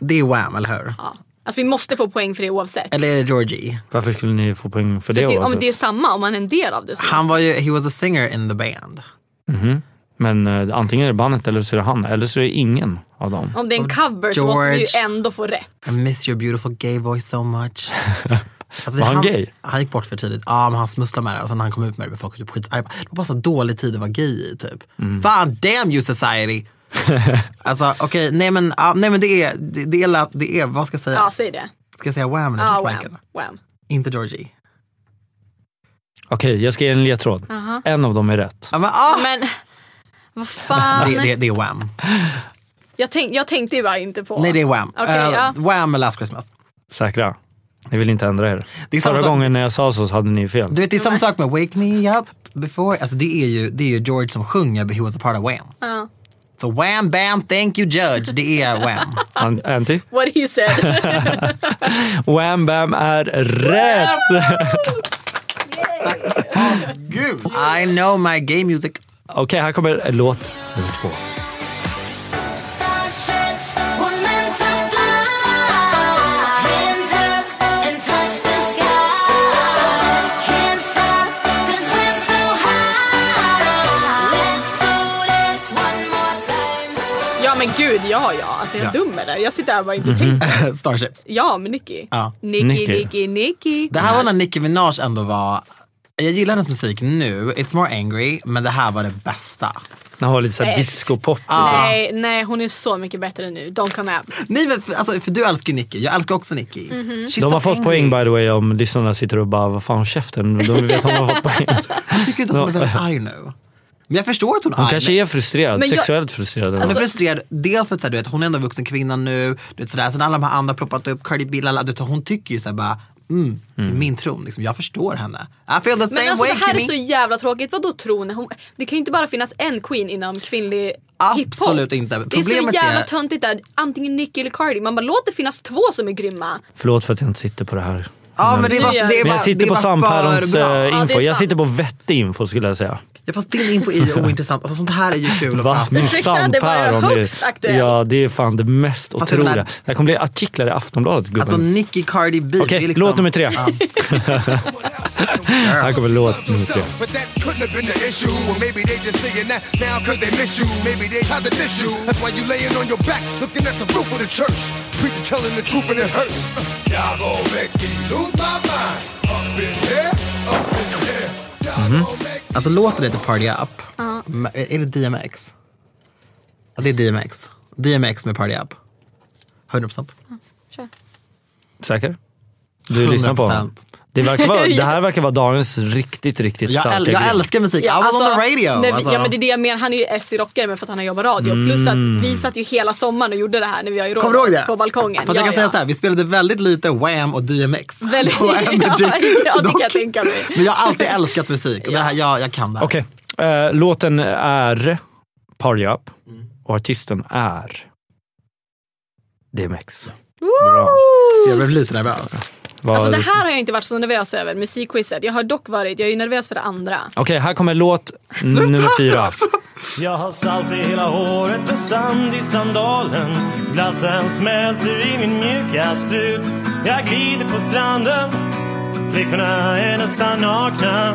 [SPEAKER 2] Det är Wham, eller hur?
[SPEAKER 3] Ja. Alltså vi måste få poäng för det oavsett.
[SPEAKER 2] Eller är det Georgie?
[SPEAKER 1] Varför skulle ni få poäng för
[SPEAKER 3] För
[SPEAKER 1] det alltså?
[SPEAKER 3] att det, om
[SPEAKER 1] oavsett?
[SPEAKER 3] det är samma, om man är en del av det så
[SPEAKER 2] Han var ju, he was a singer in the band.
[SPEAKER 1] Men eh, antingen är det bandet eller så är det han, eller så är det ingen av dem.
[SPEAKER 3] Om det är en cover så måste du ju
[SPEAKER 2] George.
[SPEAKER 3] ändå få rätt.
[SPEAKER 2] I miss your beautiful gay voice so much.
[SPEAKER 1] [laughs]
[SPEAKER 2] Alltså,
[SPEAKER 1] Var han gay?
[SPEAKER 2] Han gick bort för tidigt. Ja, men han smusslade med det. Och sen när han kom ut med det blev folk typ skitarga. Det var bara så dålig tid att vara gay i typ.
[SPEAKER 1] Mm.
[SPEAKER 2] Fan, damn
[SPEAKER 1] [laughs]
[SPEAKER 2] you society! alltså okej, nej men, ja, nej men det är, det, det, är, la- det är, vad ska jag säga?
[SPEAKER 3] Ja, säg det.
[SPEAKER 2] Ska jag säga Wham eller
[SPEAKER 3] Ja,
[SPEAKER 2] George Michael?
[SPEAKER 3] wham. wham.
[SPEAKER 2] Inte Georgie.
[SPEAKER 1] Okej, jag ska ge er en ledtråd. En av dem är rätt.
[SPEAKER 2] Ja, men, ah!
[SPEAKER 3] Men
[SPEAKER 2] det,
[SPEAKER 3] vad fan.
[SPEAKER 2] det, det är Wham.
[SPEAKER 3] Jag, tänk, jag tänkte ju bara inte på.
[SPEAKER 2] Nej det är Wham.
[SPEAKER 3] Okej,
[SPEAKER 2] Eh,
[SPEAKER 3] ja.
[SPEAKER 2] Wham med Last Christmas.
[SPEAKER 1] Säkra? Ni vill inte ändra er.
[SPEAKER 2] Det är samma
[SPEAKER 1] Förra
[SPEAKER 2] sak-
[SPEAKER 1] gången när jag sa så, så hade ni fel.
[SPEAKER 2] Du vet det är samma sak med Wake Me Up Before. Alltså det är ju, det är ju George som sjunger but he was a part of Wham.
[SPEAKER 3] Ja.
[SPEAKER 2] Så Wham Bam Thank You Judge, det är Wham.
[SPEAKER 1] An- Anty?
[SPEAKER 3] What he said.
[SPEAKER 2] [laughs]
[SPEAKER 1] Wham Bam är rätt!
[SPEAKER 2] Gud. I know my gay music.
[SPEAKER 1] Okej, här kommer låt nummer två.
[SPEAKER 5] Starships were meant to fly. Hands up and touch the sky. Can't stop 'cause we're so high. Let's do this one more time.
[SPEAKER 3] Ja men gud, ja ja. Alltså jag är
[SPEAKER 2] Ja.
[SPEAKER 3] dum eller? Jag sitter här och bara inte
[SPEAKER 2] [laughs]
[SPEAKER 3] tänker.
[SPEAKER 2] Starships.
[SPEAKER 3] Ja men Nicky.
[SPEAKER 2] Ja.
[SPEAKER 3] Nicky,
[SPEAKER 1] Nicki.
[SPEAKER 3] Nicky, Nicky.
[SPEAKER 2] Det här var när Nicki Minaj ändå var Jag gillar hennes musik nu. It's more angry, men det här var det bästa.
[SPEAKER 1] När hon har lite såhär
[SPEAKER 3] Nej.
[SPEAKER 1] discopop.
[SPEAKER 2] Ah,
[SPEAKER 3] Nej, nej, hon är så mycket bättre nu. Don't come out.
[SPEAKER 2] Nej, men för, alltså, för du älskar ju Nicki. Jag älskar också Nicki. She's
[SPEAKER 1] De
[SPEAKER 2] so
[SPEAKER 1] har fått
[SPEAKER 2] angry.
[SPEAKER 1] poäng by the way om lyssnarna sitter och bara, vad fan håll käften. De vet att hon har fått poäng.
[SPEAKER 2] [laughs] Jag tycker inte att hon är väldigt arg nu. Men jag förstår att hon är
[SPEAKER 1] Hon
[SPEAKER 2] arg.
[SPEAKER 1] kanske är frustrerad,
[SPEAKER 3] Men jag-
[SPEAKER 1] sexuellt frustrerad.
[SPEAKER 2] Hon är
[SPEAKER 1] Alltså,
[SPEAKER 2] frustrerad, dels för att så här, du vet, hon är ändå en vuxen kvinna nu. Du vet, sådär. Sen alla de här andra ploppat upp, Cardi B, lala, du vet, Hon tycker ju såhär bara, mm, det är min tron. Liksom. Jag förstår henne. I feel the same
[SPEAKER 3] Men alltså
[SPEAKER 2] way
[SPEAKER 3] det här är
[SPEAKER 2] Kimmy.
[SPEAKER 3] så jävla tråkigt. Vadå tron? Hon, det kan ju inte bara finnas en queen inom kvinnlig hiphop.
[SPEAKER 2] Absolut inte.
[SPEAKER 3] Det är så
[SPEAKER 2] Problemet
[SPEAKER 3] jävla
[SPEAKER 2] är-
[SPEAKER 3] töntigt där. Antingen Nicki eller Cardi. Man bara låt det finnas två som är grymma.
[SPEAKER 1] Förlåt för att jag inte sitter på det här.
[SPEAKER 2] Ja, men det var,
[SPEAKER 3] Nu gör-
[SPEAKER 2] det var,
[SPEAKER 1] Men jag
[SPEAKER 2] det
[SPEAKER 1] sitter på
[SPEAKER 2] var
[SPEAKER 1] Samparons
[SPEAKER 2] för bra.
[SPEAKER 1] eh,
[SPEAKER 3] Ja, det
[SPEAKER 1] info.
[SPEAKER 3] är
[SPEAKER 1] jag
[SPEAKER 3] sant.
[SPEAKER 1] sitter på vettig info skulle jag säga.
[SPEAKER 2] Ja, fast din info är ju ointressant. Alltså, sånt här är ju kul att
[SPEAKER 1] Va?
[SPEAKER 2] prata om.
[SPEAKER 1] Min
[SPEAKER 3] Ursäkta, det var ju
[SPEAKER 1] Sampäron, det-
[SPEAKER 3] högst aktuellt.
[SPEAKER 1] Ja, det är fan det mest
[SPEAKER 2] Fast jag
[SPEAKER 1] otroliga.
[SPEAKER 2] menar-
[SPEAKER 1] Det här kommer bli artiklar i Aftonbladet gubben.
[SPEAKER 2] Alltså Nicki, Cardi B.
[SPEAKER 1] Okej,
[SPEAKER 2] det är liksom-
[SPEAKER 1] låt nummer tre.
[SPEAKER 2] Ja.
[SPEAKER 1] [laughs] här kommer låt nummer tre.
[SPEAKER 6] But that couldn't have been the issue. Or maybe they just saying that now because they miss you. Maybe they tried to diss you. That's why you laying on your back looking at the roof of the church. Preacher telling the truth and it hurts. Y'all gon' make me lose my mind. Up in here, up in here. Y'all gon' make
[SPEAKER 2] Alltså låten heter Party Up. Men Är är det DMX? Ja, det är DMX. DMX med Party Up. 100 procent.
[SPEAKER 3] Kör.
[SPEAKER 1] Säker? Du lyssnar på honom?
[SPEAKER 2] 100%.
[SPEAKER 1] Det, verkar
[SPEAKER 3] [laughs]
[SPEAKER 1] vara, det här verkar vara dagens riktigt, riktigt
[SPEAKER 2] Jag,
[SPEAKER 1] starka
[SPEAKER 2] äl- jag
[SPEAKER 1] grej.
[SPEAKER 2] älskar musik. I was on the radio.
[SPEAKER 3] nej,
[SPEAKER 2] alltså.
[SPEAKER 3] Ja men det är det jag menar. Han är ju SC-rockare men för att han har jobbat radio. Plus att vi satt ju hela sommaren och gjorde det här när vi var i
[SPEAKER 2] Mm. Kommer du ihåg
[SPEAKER 3] Rhodos
[SPEAKER 2] det?
[SPEAKER 3] på balkongen.
[SPEAKER 2] Fast jag kan säga så här, vi spelade väldigt lite Wham och DMX. [laughs]
[SPEAKER 3] Väldigt, [laughs]
[SPEAKER 2] på
[SPEAKER 3] ja,
[SPEAKER 2] Energy.
[SPEAKER 3] ja, det kan jag
[SPEAKER 2] Dock-
[SPEAKER 3] tänka mig.
[SPEAKER 2] Men jag har alltid älskat musik. Och det här, jag, jag kan det här.
[SPEAKER 1] Okej, eh, låten är Party Up och artisten är DMX. Bra.
[SPEAKER 2] Jag blev lite nervös.
[SPEAKER 1] Vad-
[SPEAKER 3] Alltså det här har jag inte varit så nervös över, musikquizet. Jag har dock varit, jag är ju nervös för det andra.
[SPEAKER 1] Okej, här kommer låt
[SPEAKER 3] Alltså,
[SPEAKER 1] nummer fyra.
[SPEAKER 7] Jag har salt i hela håret och sand i sandalen Glassen smälter i min mjuka strut Jag glider på stranden Flickorna är nästan nakna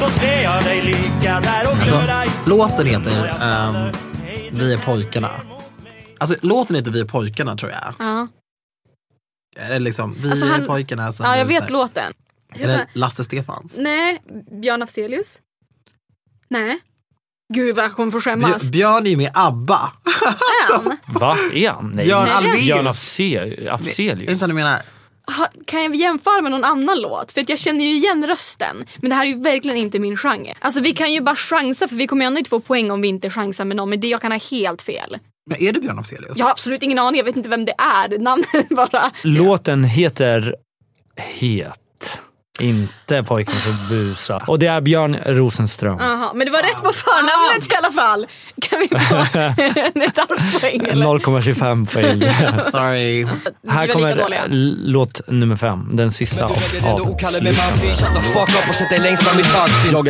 [SPEAKER 7] Så ser jag dig ligga där och
[SPEAKER 2] Alltså,
[SPEAKER 7] glöda i
[SPEAKER 2] låten heter ehm, Vi är pojkarna. Alltså låten heter Vi är pojkarna tror jag.
[SPEAKER 3] Ja.
[SPEAKER 2] Eller liksom, Vi
[SPEAKER 3] Alltså,
[SPEAKER 2] är
[SPEAKER 3] han-
[SPEAKER 2] pojkarna. som
[SPEAKER 3] Ja, jag
[SPEAKER 2] du
[SPEAKER 3] vet
[SPEAKER 2] säger.
[SPEAKER 3] låten.
[SPEAKER 2] Är det Lasse Stefans?
[SPEAKER 3] Nej, Björn Afzelius? Nej. Gud vad jag kommer få skämmas.
[SPEAKER 2] Björ- Björn är ju med i ABBA.
[SPEAKER 3] Än?
[SPEAKER 1] Va? Är han? Nej.
[SPEAKER 2] Björn Ulvaeus.
[SPEAKER 1] Björn Afze-
[SPEAKER 2] Är det
[SPEAKER 1] Afzelius.
[SPEAKER 2] så du menar?
[SPEAKER 3] Ha- Kan jag jämföra med någon annan låt? För att jag känner ju igen rösten. Men det här är ju verkligen inte min genre. Alltså vi kan ju bara chansa för vi kommer ju ändå inte få poäng om vi inte chansar med någon. Men det jag kan ha helt fel.
[SPEAKER 2] Men är det Björn Afzelius?
[SPEAKER 3] Jag har absolut ingen aning, jag vet inte vem det är. Namnet [laughs] bara.
[SPEAKER 1] Låten heter Het. Inte Pojken som busar. Och det är Björn Rosenström.
[SPEAKER 3] Aha, men det var rätt på förnamnet i alla fall. Kan vi få [laughs] ett halvt poäng eller?
[SPEAKER 1] 0,25
[SPEAKER 3] [laughs]
[SPEAKER 1] poäng.
[SPEAKER 2] Sorry. [laughs]
[SPEAKER 1] Här
[SPEAKER 3] Vi var lika
[SPEAKER 1] kommer
[SPEAKER 3] dåliga.
[SPEAKER 1] l- låt nummer fem. Den sista av avslutningen.
[SPEAKER 8] Jag är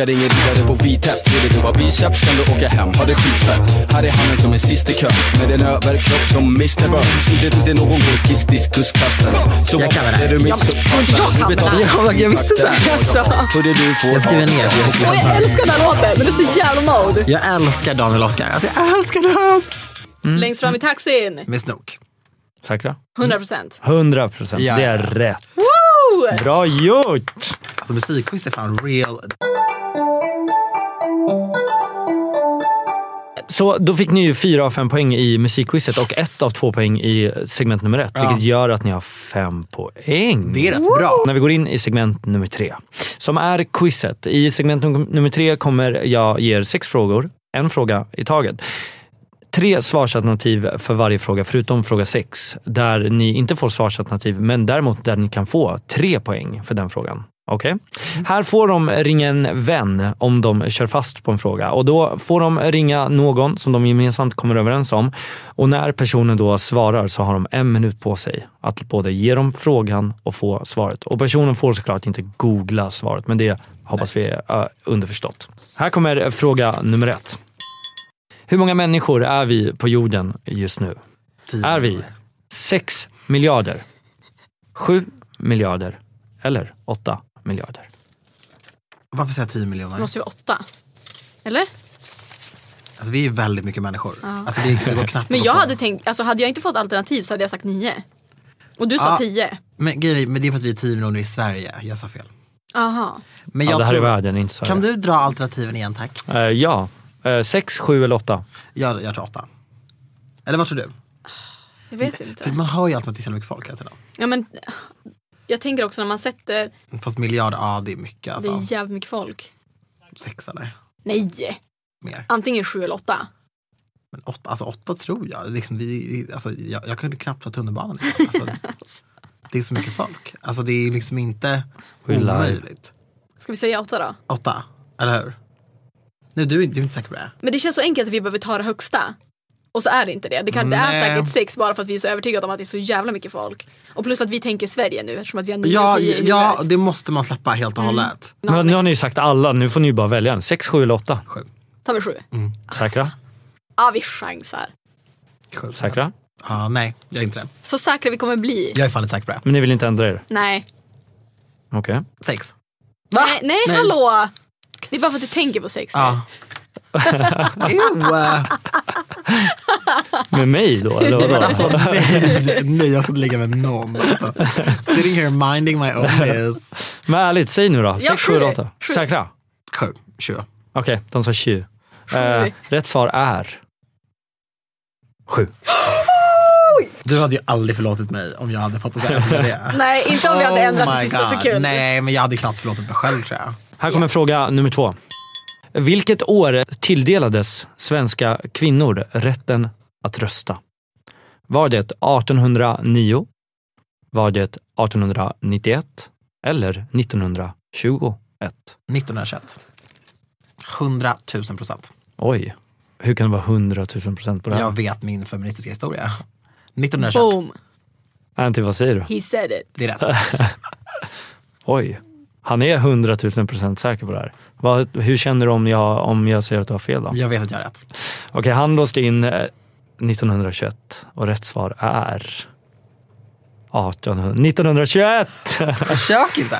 [SPEAKER 8] ingen riddare på vitest Vill du ha biceps kan du åka hem, ha det skitfett Här är handen som är sist i kön Med en överkropp som Mr Burns Gjorde inte någon går kiss, diskuskastare Så
[SPEAKER 2] Jag kan det här.
[SPEAKER 8] är du mitt
[SPEAKER 3] tror inte jag kan det här.
[SPEAKER 2] Jag, jag visste det. här.
[SPEAKER 3] Alltså.
[SPEAKER 8] Hörde du får
[SPEAKER 2] Jag skriver ner. så jag slipper.
[SPEAKER 3] Och jag älskar den här låten, men det är så jävla mode.
[SPEAKER 2] Jag älskar Daniel Oskar. Alltså jag älskar honom.
[SPEAKER 1] Mm.
[SPEAKER 3] Längst fram i taxin,
[SPEAKER 2] Med Snook.
[SPEAKER 1] Säkra?
[SPEAKER 3] 100 procent.
[SPEAKER 1] 100 procent.
[SPEAKER 2] Ja,
[SPEAKER 1] Det
[SPEAKER 2] ja.
[SPEAKER 1] är rätt. Bra gjort!
[SPEAKER 2] Alltså musikquiz är fan real.
[SPEAKER 1] Så då fick ni ju fyra av fem poäng i musikquizet och ett av två poäng i segment nummer ett. Vilket gör att ni har fem poäng.
[SPEAKER 2] Det är rätt bra.
[SPEAKER 1] När vi går in i segment nummer tre, som är quizet. I segment num- nummer tre kommer jag ge er sex frågor, en fråga i taget. Tre svarsalternativ för varje fråga förutom fråga sex där ni inte får svarsalternativ men däremot där ni kan få tre poäng för den frågan. Okej? Här får de ringa en vän om de kör fast på en fråga och då får de ringa någon som de gemensamt kommer överens om och när personen då svarar så har de en minut på sig att både ge dem frågan och få svaret. Och personen får såklart inte googla svaret men det hoppas vi är ö, underförstått. Här kommer fråga nummer ett. Hur många människor är vi på jorden just nu?
[SPEAKER 2] Tio.
[SPEAKER 1] Är vi 6 miljarder, 7 miljarder eller 8 miljarder?
[SPEAKER 2] Varför säger jag 10 miljoner?
[SPEAKER 3] Måste vi vara åtta? Eller?
[SPEAKER 2] Alltså vi är ju väldigt mycket människor. Alltså det, det går knappt
[SPEAKER 3] Men
[SPEAKER 2] att
[SPEAKER 3] jag
[SPEAKER 2] få-
[SPEAKER 3] hade tänkt, alltså hade jag inte fått alternativ så hade jag sagt nio. Och du sa
[SPEAKER 2] Ja.
[SPEAKER 3] tio.
[SPEAKER 2] Men grejen är- men det är för att vi är 10 miljoner i Sverige. Jag sa fel.
[SPEAKER 3] Aha.
[SPEAKER 2] Men
[SPEAKER 1] Ja, det här är världen, inte Sverige.
[SPEAKER 2] Kan du dra alternativen igen tack?
[SPEAKER 1] Eh, ja. Eh, sex, sju eller åtta.
[SPEAKER 2] Jag, jag tror åtta. Eller vad tror du?
[SPEAKER 3] Jag vet
[SPEAKER 2] För
[SPEAKER 3] inte.
[SPEAKER 2] man hör ju alltid att det är så mycket folk här till dem.
[SPEAKER 3] Ja, men, jag tänker också när man sätter,
[SPEAKER 2] Fast miljard, ja det är mycket
[SPEAKER 3] det
[SPEAKER 2] alltså.
[SPEAKER 3] är jävligt mycket folk.
[SPEAKER 2] Sex eller
[SPEAKER 3] Nej!
[SPEAKER 2] mer.
[SPEAKER 3] Antingen sju eller åtta.
[SPEAKER 2] Men åtta, alltså åtta tror jag. Liksom, vi, alltså, jag, jag kunde knappt ta tunnelbanan. Liksom.
[SPEAKER 3] [laughs]
[SPEAKER 2] Alltså, det är så mycket folk. Alltså det är ju liksom inte
[SPEAKER 1] Hur live?
[SPEAKER 2] omöjligt.
[SPEAKER 3] Ska vi säga åtta då?
[SPEAKER 2] Åtta, eller hur? Nu, du, är- du är inte säker på det?
[SPEAKER 3] Men det känns så enkelt att vi behöver ta det högsta. Och så är det inte det. Det, kan, det är
[SPEAKER 2] Nej.
[SPEAKER 3] säkert sex bara för att vi är så övertygade om att det är så jävla mycket folk. Och plus att vi tänker Sverige nu eftersom att vi har nio
[SPEAKER 2] Ja,
[SPEAKER 3] och tio Mm. i
[SPEAKER 2] ja
[SPEAKER 3] huvudet.
[SPEAKER 2] det måste man släppa helt och hållet.
[SPEAKER 1] Men nu har ni ju sagt alla, nu får ni ju bara välja en. Sex, sju eller åtta.
[SPEAKER 2] Sju.
[SPEAKER 3] Tar vi sju?
[SPEAKER 2] Mm.
[SPEAKER 3] Ja,
[SPEAKER 1] Säkra?
[SPEAKER 3] ah, vi chansar.
[SPEAKER 2] Sju.
[SPEAKER 1] Säkra?
[SPEAKER 2] Ja, nej, jag är inte det.
[SPEAKER 3] Så säkra vi kommer bli.
[SPEAKER 2] Jag är fan inte säker på det.
[SPEAKER 1] Men ni vill inte ändra er?
[SPEAKER 3] Nej.
[SPEAKER 1] Okej.
[SPEAKER 2] Sex. Va?
[SPEAKER 3] Nej, nej, hallå! Det är bara för att du tänker på sex.
[SPEAKER 2] Ah! Ja.
[SPEAKER 3] [laughs]
[SPEAKER 2] Ew. eh,
[SPEAKER 3] Alltså,
[SPEAKER 1] Med mig då, eller
[SPEAKER 2] Men [laughs]
[SPEAKER 1] vadå?
[SPEAKER 2] alltså, nej, nej, jag ska inte ligga med någon. Alltså. Sitting here minding my own business.
[SPEAKER 1] Men ärligt, säg nu då. Sex, sju eller åtta.
[SPEAKER 3] sju.
[SPEAKER 1] Säkra?
[SPEAKER 2] Sju, tjugo.
[SPEAKER 1] Okej, de sa tju. Eh, rätt svar är sju.
[SPEAKER 2] Du hade ju aldrig förlåtit mig om jag hade fått oss
[SPEAKER 1] [laughs]
[SPEAKER 2] att ändra det.
[SPEAKER 3] Nej, inte om vi hade ändrat
[SPEAKER 2] Oh my
[SPEAKER 3] på sista
[SPEAKER 2] God.
[SPEAKER 3] sekund.
[SPEAKER 2] Nej, men jag hade knappt förlåtit mig själv tror jag.
[SPEAKER 1] Här kommer fråga nummer två. Vilket år tilldelades svenska kvinnor rätten att rösta? Var det 1809? Var det 1891? Eller 1921?
[SPEAKER 2] 1921. 100 000 procent.
[SPEAKER 1] Oj, hur kan det vara 100 000 procent på det här?
[SPEAKER 2] Jag vet min feministiska historia. 1921,
[SPEAKER 3] Boom,
[SPEAKER 1] Antti, vad säger du?
[SPEAKER 3] he said it.
[SPEAKER 2] det är rätt.
[SPEAKER 1] Oj, han är 100 000 procent säker på det här. Vad, hur känner du om jag, om jag säger att du har fel då?
[SPEAKER 2] Jag vet att jag har rätt.
[SPEAKER 1] Okej, han låste in eh, 1921 och rätt svar är 1800, 1921!
[SPEAKER 2] Försök inte!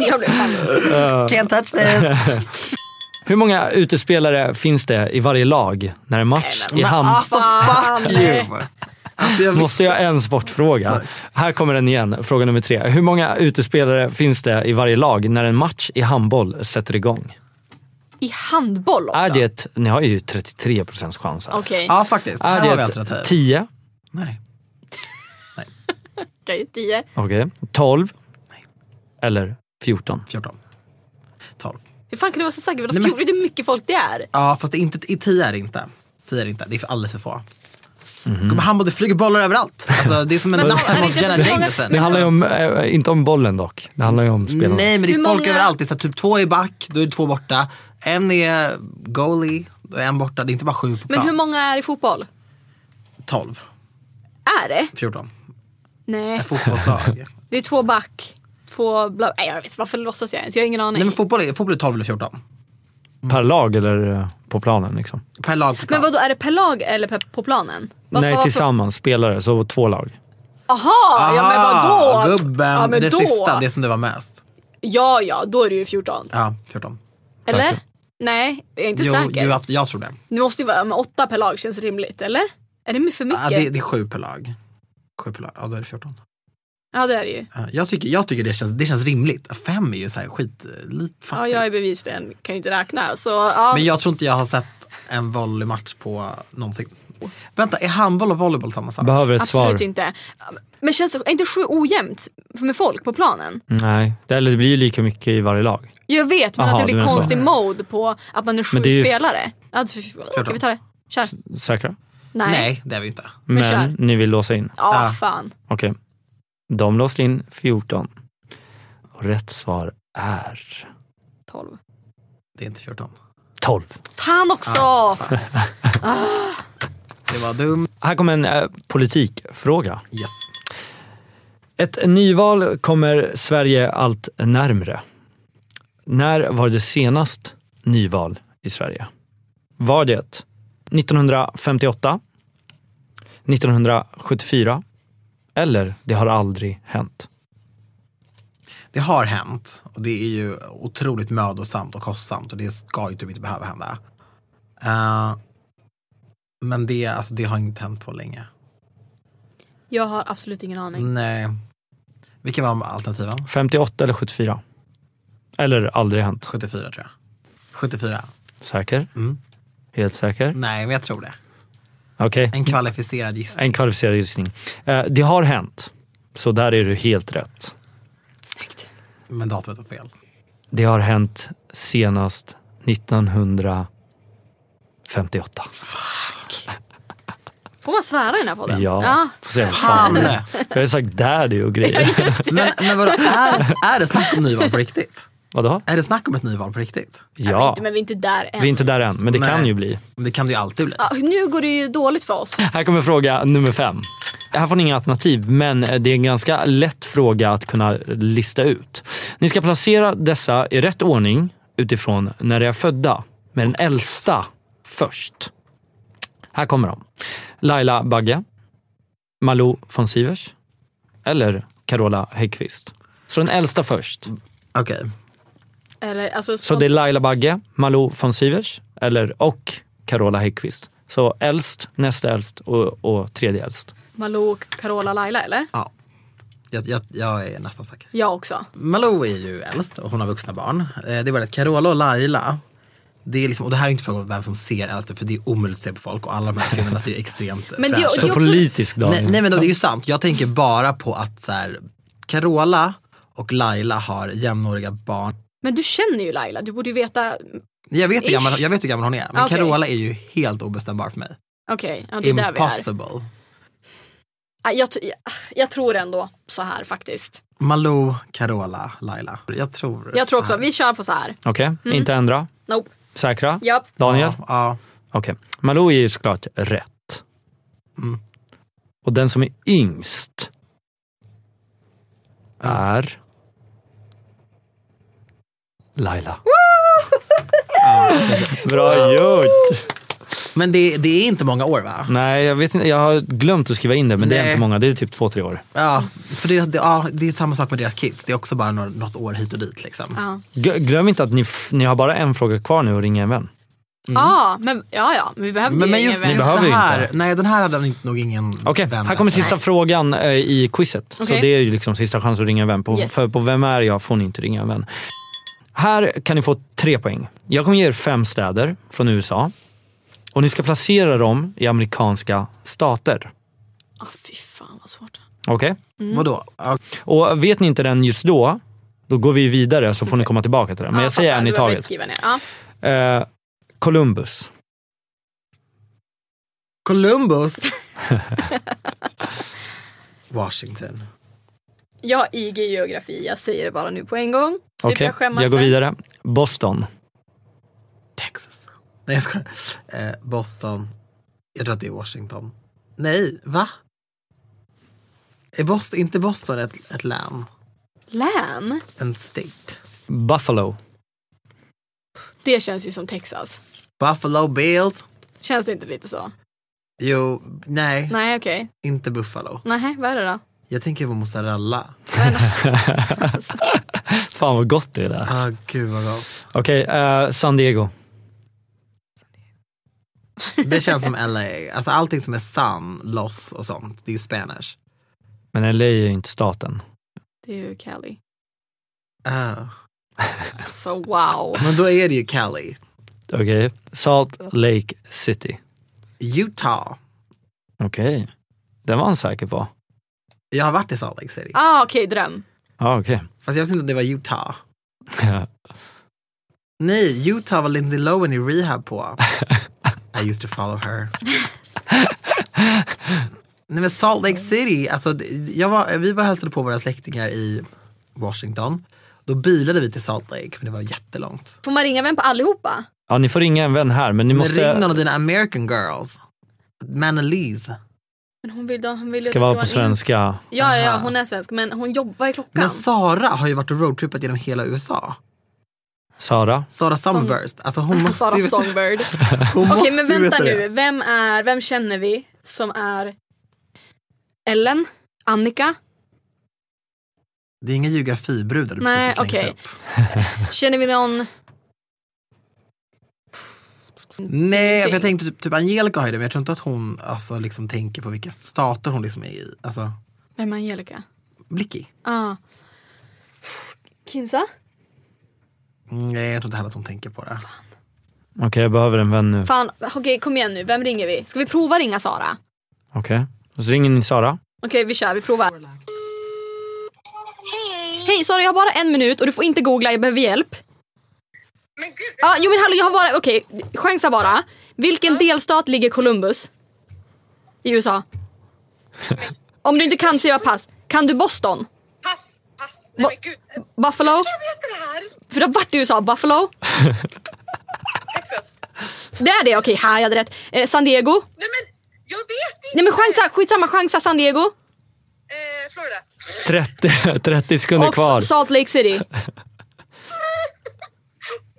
[SPEAKER 3] Jag blev fan
[SPEAKER 2] Can't touch this!
[SPEAKER 1] Hur många utespelare finns det i varje lag när en match
[SPEAKER 3] Nej,
[SPEAKER 1] i
[SPEAKER 2] Men
[SPEAKER 1] hand?
[SPEAKER 2] alltså fuck you! Alltså, jag
[SPEAKER 1] Måste jag en sportfråga? Här kommer den igen, fråga nummer tre. Hur många utespelare finns det i varje lag när en match i handboll sätter igång?
[SPEAKER 3] I handboll också?
[SPEAKER 1] Är det, ni har ju 33 procents chans här.
[SPEAKER 3] Okej,
[SPEAKER 2] Ja faktiskt, här har vi
[SPEAKER 1] Är det
[SPEAKER 2] alternativ.
[SPEAKER 1] 10?
[SPEAKER 2] Nej.
[SPEAKER 3] okej, tio.
[SPEAKER 1] Okej. 12? Eller 14?
[SPEAKER 2] 14. 12.
[SPEAKER 3] Hur fan kan du vara så säker? Vadå
[SPEAKER 2] Nej, men-
[SPEAKER 3] fjol? Vet du hur mycket folk det är?
[SPEAKER 2] Ja fast det är inte, i 10 är det inte. 10 är det inte, det är för alldeles för få. Kommer han och det flyger bollar överallt. Alltså, det är som en
[SPEAKER 3] Men de-
[SPEAKER 2] som
[SPEAKER 3] är det
[SPEAKER 2] av
[SPEAKER 3] inte
[SPEAKER 2] Jenna
[SPEAKER 3] många-
[SPEAKER 2] Jameson.
[SPEAKER 1] Det handlar ju om, eh, inte om bollen dock. Det handlar ju om spelarna.
[SPEAKER 2] Mm, Nej men det är
[SPEAKER 3] Hur
[SPEAKER 2] folk
[SPEAKER 3] många-
[SPEAKER 2] överallt. Det är så här, typ två är back, då är det två borta. En är goalie, då är en borta. Det är inte bara sju på
[SPEAKER 3] Men hur
[SPEAKER 2] plan.
[SPEAKER 3] många är i fotboll?
[SPEAKER 2] 12,
[SPEAKER 3] Är det?
[SPEAKER 2] 14.
[SPEAKER 3] Eh. [laughs] Nej,
[SPEAKER 2] Ett fotbollslag.
[SPEAKER 3] det är två back, två bla... Nej, jag vet varför låtsas jag ens? Jag har ingen aning.
[SPEAKER 2] Nej men fotboll är, fotboll är 12 eller 14.
[SPEAKER 1] Per lag eller eh, på planen liksom.
[SPEAKER 2] Per lag på plan.
[SPEAKER 3] Men vadå, är det per lag eller per, på planen? Vad ska
[SPEAKER 1] Nej,
[SPEAKER 3] vara för-
[SPEAKER 1] tillsammans. Spelare, så två lag.
[SPEAKER 3] Aha, ja men
[SPEAKER 2] Ah,
[SPEAKER 3] vadå?
[SPEAKER 2] Gubben,
[SPEAKER 3] ja, men
[SPEAKER 2] det
[SPEAKER 3] då.
[SPEAKER 2] sista, det som det var mest.
[SPEAKER 3] Ja, ja, då är det ju 14.
[SPEAKER 2] Ja, 14.
[SPEAKER 1] Säker.
[SPEAKER 3] Eller? Nej, jag är inte
[SPEAKER 2] Jo,
[SPEAKER 3] säker.
[SPEAKER 2] jo, jag, jag tror det.
[SPEAKER 3] Det måste ju vara med åtta per lag känns rimligt, eller? Är det för mycket?
[SPEAKER 2] Ja, det, det är sju per lag. Sju per lag, ja då är det 14.
[SPEAKER 3] Ja, det är det ju.
[SPEAKER 2] Ja, Eh, Jag tycker, jag tycker det, känns, det känns rimligt. Fem är ju så här skitligt
[SPEAKER 3] Ja,
[SPEAKER 2] fattigt.
[SPEAKER 3] jag är bevis för den. Kan ju inte räkna. Så, ja.
[SPEAKER 2] Men jag tror inte jag har sett en volleymatch på någonsin. Vänta, är handboll och volleyboll samma sak?
[SPEAKER 1] Behöver ett
[SPEAKER 3] Absolut
[SPEAKER 1] svar?
[SPEAKER 3] inte. Men känns det, är inte sju ojämnt med folk på planen?
[SPEAKER 1] Nej, det, eller det blir ju lika mycket i varje lag.
[SPEAKER 3] Jag vet, men
[SPEAKER 1] Aha,
[SPEAKER 3] att
[SPEAKER 1] du
[SPEAKER 3] det blir
[SPEAKER 1] menar så.
[SPEAKER 3] konstig mode på att man är sju
[SPEAKER 1] Men det är ju- Alltså,
[SPEAKER 3] spelare. Ja, det- Okej, vi tar det. Kör.
[SPEAKER 1] Säkra?
[SPEAKER 3] Nej.
[SPEAKER 2] Nej, det är vi inte.
[SPEAKER 3] Men
[SPEAKER 1] Men
[SPEAKER 3] kör.
[SPEAKER 1] ni vill låsa in?
[SPEAKER 3] Ja,
[SPEAKER 2] Ja.
[SPEAKER 3] fan.
[SPEAKER 1] Okej. De låste in 14. Och rätt svar är
[SPEAKER 3] 12.
[SPEAKER 2] Det är inte 14.
[SPEAKER 1] 12.
[SPEAKER 3] Fan också!
[SPEAKER 2] Det var dumt.
[SPEAKER 1] Här kommer en eh, politikfråga.
[SPEAKER 2] Yes.
[SPEAKER 1] Ett nyval kommer Sverige allt närmre. När var det senast nyval i Sverige? Var det 1958, 1974 eller det har aldrig hänt?
[SPEAKER 2] Det har hänt och det är ju otroligt mödosamt och kostsamt och det ska ju typ inte behöva hända. Eh, men det, alltså, det har inte hänt på länge.
[SPEAKER 3] Jag har
[SPEAKER 2] Mm.
[SPEAKER 3] absolut ingen aning.
[SPEAKER 2] Nej. Vilka var de alternativen?
[SPEAKER 1] 58 eller 74? Eller aldrig hänt.
[SPEAKER 2] 74 tror jag. 74?
[SPEAKER 1] Säker? Helt säker?
[SPEAKER 2] Nej, men jag tror det.
[SPEAKER 1] Okej.
[SPEAKER 2] En kvalificerad gissning.
[SPEAKER 1] En kvalificerad gissning. Eh, det har hänt. Så där är du helt rätt.
[SPEAKER 3] Snyggt.
[SPEAKER 2] Men datumet var fel.
[SPEAKER 1] Det har hänt senast 1958.
[SPEAKER 3] Får man svära i den här podden?
[SPEAKER 1] Ja.
[SPEAKER 3] ja.
[SPEAKER 1] Får säga,
[SPEAKER 2] Fan!
[SPEAKER 1] fan. Jag har ju sagt daddy och grejer.
[SPEAKER 2] Men, men vadå, är, är det snack om nyval på riktigt?
[SPEAKER 1] Vadå?
[SPEAKER 2] Är det snack om ett nyval på riktigt?
[SPEAKER 1] Ja.
[SPEAKER 3] Men vi är inte där än.
[SPEAKER 1] Vi är inte där än, men det kan
[SPEAKER 2] Nej.
[SPEAKER 1] ju bli.
[SPEAKER 2] Det kan det ju alltid bli.
[SPEAKER 3] Ja, nu går det ju dåligt för oss.
[SPEAKER 1] Här kommer fråga nummer fem. Här får ni inga alternativ, men det är en ganska lätt fråga att kunna lista ut. Ni ska placera dessa i rätt ordning utifrån när de är födda, med den äldsta först. Här kommer de. Laila Bagge, Malou von Sivers eller Carola Häggkvist. Så den äldsta först.
[SPEAKER 2] Okej.
[SPEAKER 3] Eller, alltså,
[SPEAKER 1] Så det är Laila Bagge, Malou von Sivers eller, och Carola Häggkvist. Så äldst, näst äldst och, och tredje äldst.
[SPEAKER 3] Malou, Carola, Laila eller?
[SPEAKER 2] Ja. Jag, jag, jag är nästan säker.
[SPEAKER 3] Jag också.
[SPEAKER 2] Malou är ju äldst och hon har vuxna barn. Eh, Det är bara att Carola och Laila, det är liksom, och det här är inte frågan om vem som ser äldst ut, för det är omöjligt att se på folk och alla de här kvinnorna ser ju extremt
[SPEAKER 3] Men det-
[SPEAKER 2] fräscha
[SPEAKER 3] det-
[SPEAKER 1] Så
[SPEAKER 3] också-
[SPEAKER 1] politisk dag.
[SPEAKER 2] Nej, nej men det är ju sant. Jag tänker bara på att så här, Carola och Laila har jämnåriga barn.
[SPEAKER 3] Men du känner ju Laila, du borde ju veta.
[SPEAKER 2] Jag vet, hur
[SPEAKER 3] Ish.
[SPEAKER 2] gammal, jag vet hur gammal hon är, men
[SPEAKER 3] Okej.
[SPEAKER 2] Carola är ju helt obestämbar för mig.
[SPEAKER 3] Okej, ja, det är där vi är.
[SPEAKER 2] Impossible.
[SPEAKER 3] Ja, Jag, t- jag tror ändå så här faktiskt.
[SPEAKER 2] Malou, Carola, Laila. Jag tror
[SPEAKER 3] Jag tror
[SPEAKER 2] så
[SPEAKER 3] också,
[SPEAKER 2] här.
[SPEAKER 3] vi kör på så här.
[SPEAKER 1] Okej, inte ändra.
[SPEAKER 3] Nope.
[SPEAKER 1] Säkra?
[SPEAKER 3] Japp.
[SPEAKER 1] Daniel?
[SPEAKER 2] Mm. Ja, ja.
[SPEAKER 1] Okej. Malou är ju såklart rätt.
[SPEAKER 2] Mm.
[SPEAKER 1] Och den som är yngst är Laila. [laughs] Bra gjort!
[SPEAKER 2] Men det, det är inte många år va?
[SPEAKER 1] Nej, jag, vet inte, jag har glömt att skriva in det, men det är
[SPEAKER 2] Nej.
[SPEAKER 1] inte många. Det är typ två, tre år.
[SPEAKER 2] Ja, för det, det, ja, det är samma sak med deras kids. Det är också bara några, något år hit och dit liksom.
[SPEAKER 3] Ja,
[SPEAKER 1] Gl- Glöm inte att ni, f- ni har bara en fråga kvar nu och ringa en vän.
[SPEAKER 3] ah, men, ja, ja, men vi behövde
[SPEAKER 2] Men, men
[SPEAKER 3] ju
[SPEAKER 2] just,
[SPEAKER 3] ingen
[SPEAKER 1] Ni
[SPEAKER 2] just
[SPEAKER 3] vän.
[SPEAKER 1] behöver ju inte.
[SPEAKER 2] det här, nej den här hade inte- nog ingen
[SPEAKER 1] Okej,
[SPEAKER 2] vän
[SPEAKER 1] här kommer
[SPEAKER 2] efter.
[SPEAKER 1] sista frågan eh, i quizet. Så
[SPEAKER 3] Okej.
[SPEAKER 1] det är ju liksom sista chansen att ringa en vän. På,
[SPEAKER 3] Yes.
[SPEAKER 1] För på Vem är jag får ni inte ringa en vän. Här kan ni få tre poäng. Jag kommer ge er fem städer från USA. Och ni ska placera dem i amerikanska stater.
[SPEAKER 3] Ah, fy fan vad svårt.
[SPEAKER 1] Okej?
[SPEAKER 2] Vadå? Ja,
[SPEAKER 1] Och vet ni inte den just då, då går vi vidare så får ni komma tillbaka till den. Men
[SPEAKER 3] Ja,
[SPEAKER 1] jag säger
[SPEAKER 3] Ah, fattar.
[SPEAKER 1] en i
[SPEAKER 3] Du har
[SPEAKER 1] taget.
[SPEAKER 3] börjat skriva ner. Ja.
[SPEAKER 1] Eh, Columbus.
[SPEAKER 3] [laughs]
[SPEAKER 2] Columbus. Washington.
[SPEAKER 3] Jag IG i geografi, jag säger det bara nu på en gång. Slipper
[SPEAKER 1] Okej,
[SPEAKER 3] jag skämmas
[SPEAKER 1] jag går
[SPEAKER 3] sen.
[SPEAKER 1] vidare. Boston.
[SPEAKER 2] Texas. Nej jag skojar. Eh, Boston. Jag tror att det är Washington. Nej, va? Är Boston, inte Boston ett, ett län?
[SPEAKER 3] Län?
[SPEAKER 2] En state?
[SPEAKER 1] Buffalo.
[SPEAKER 3] Det känns ju som Texas.
[SPEAKER 2] Buffalo Bills?
[SPEAKER 3] Känns det inte lite så?
[SPEAKER 2] Jo, nej,
[SPEAKER 3] Nej okej. Okay.
[SPEAKER 2] inte Buffalo.
[SPEAKER 3] Nej, vad är det då?
[SPEAKER 2] Jag tänker på mozzarella.
[SPEAKER 3] Alltså,
[SPEAKER 1] Fan vad gott det lät.
[SPEAKER 2] Ah, gud vad gott.
[SPEAKER 1] Okej, eh, San Diego.
[SPEAKER 2] Det känns som LA. Alltså allting som är sun, loss och sånt, det är ju spanish.
[SPEAKER 1] Men LA är ju inte staten.
[SPEAKER 3] Det är ju Cali.
[SPEAKER 2] Ah.
[SPEAKER 3] Så wow.
[SPEAKER 2] Men då är det ju Cali.
[SPEAKER 1] Okej. Salt Lake City.
[SPEAKER 2] Utah.
[SPEAKER 1] Okej. Den var han säker på.
[SPEAKER 2] Jag har varit i Salt Lake City.
[SPEAKER 3] Ah, okej, dröm.
[SPEAKER 1] Ja, ah, okej.
[SPEAKER 2] Fast jag visste inte att det var Utah. Nej, Utah var Lindsay Lohan i rehab på. I used to follow her. Nej men Salt Lake City, alltså, d- jag var, vi var och hälsade på våra släktingar i Washington. Då bilade vi till Salt Lake, men det var jättelångt.
[SPEAKER 3] Får man ringa vem på allihopa?
[SPEAKER 1] [laughs] ja, ni får ringa en vän här, men ni
[SPEAKER 2] Men ring någon
[SPEAKER 1] måste...
[SPEAKER 2] av dina American girls. Manalise.
[SPEAKER 3] Men hon vill, då- hon vill ju att
[SPEAKER 1] Ska
[SPEAKER 3] det
[SPEAKER 1] vara
[SPEAKER 3] ska
[SPEAKER 1] på
[SPEAKER 3] en in-
[SPEAKER 1] svenska.
[SPEAKER 3] Ja, ja, ja,
[SPEAKER 2] Aha.
[SPEAKER 3] hon är svensk men hon jobbar i klockan.
[SPEAKER 2] Men Sara har ju varit och roadtrippat genom hela USA.
[SPEAKER 1] Sara.
[SPEAKER 2] Sara Sunburst, alltså
[SPEAKER 3] [laughs]
[SPEAKER 2] hon måste
[SPEAKER 3] Sara
[SPEAKER 2] ju veta, [laughs]
[SPEAKER 3] Songbird.
[SPEAKER 2] hon
[SPEAKER 3] Okej
[SPEAKER 2] måste
[SPEAKER 3] men
[SPEAKER 2] ju veta
[SPEAKER 3] vänta
[SPEAKER 2] det.
[SPEAKER 3] nu, vem är, vem känner vi som är Ellen? Annika?
[SPEAKER 2] Det är inga geografibrudar du
[SPEAKER 3] Nej,
[SPEAKER 2] precis har slängt
[SPEAKER 3] okej.
[SPEAKER 2] upp.
[SPEAKER 3] Känner vi någon?
[SPEAKER 2] Nej, för
[SPEAKER 3] Ting.
[SPEAKER 2] jag tänkte typ, typ Angelica har ju det, men jag tror inte att hon alltså, liksom, tänker på vilka stater hon liksom är i. Alltså,
[SPEAKER 3] Vem är Angelica?
[SPEAKER 2] Blicky.
[SPEAKER 3] Ah. Kinsa?
[SPEAKER 2] Mm, Nej, jag tror inte heller att hon tänker på det.
[SPEAKER 1] Okej, jag behöver en vän nu.
[SPEAKER 3] Fan, okej kom igen nu. Vem ringer vi? Ska vi prova ringa Sara?
[SPEAKER 1] Okej. Så ringer ni Sara.
[SPEAKER 3] Okej vi kör, vi provar.
[SPEAKER 5] Hej!
[SPEAKER 3] Hej Sara jag har bara en minut och du får inte googla, jag behöver hjälp.
[SPEAKER 5] Men gud,
[SPEAKER 3] Ja, jo men hallå jag har bara, okej chansa bara. Vilken delstat ligger Columbus? I USA. Om du inte kan skriva pass. Kan du Boston?
[SPEAKER 5] pass, pass.
[SPEAKER 3] Va-
[SPEAKER 5] Nej men gud.
[SPEAKER 3] Buffalo?
[SPEAKER 5] Jag vet det här.
[SPEAKER 3] För du har varit i USA, Buffalo?
[SPEAKER 5] Texas.
[SPEAKER 3] Det är det, okej här jag hade rätt. Eh, San Diego?
[SPEAKER 5] Nej men, jag vet inte.
[SPEAKER 3] Nej men chansa, skitsamma chansa San Diego.
[SPEAKER 5] Eh, Florida.
[SPEAKER 1] [laughs] 30, 30 sekunder
[SPEAKER 3] Och
[SPEAKER 1] kvar.
[SPEAKER 3] S- Salt Lake City.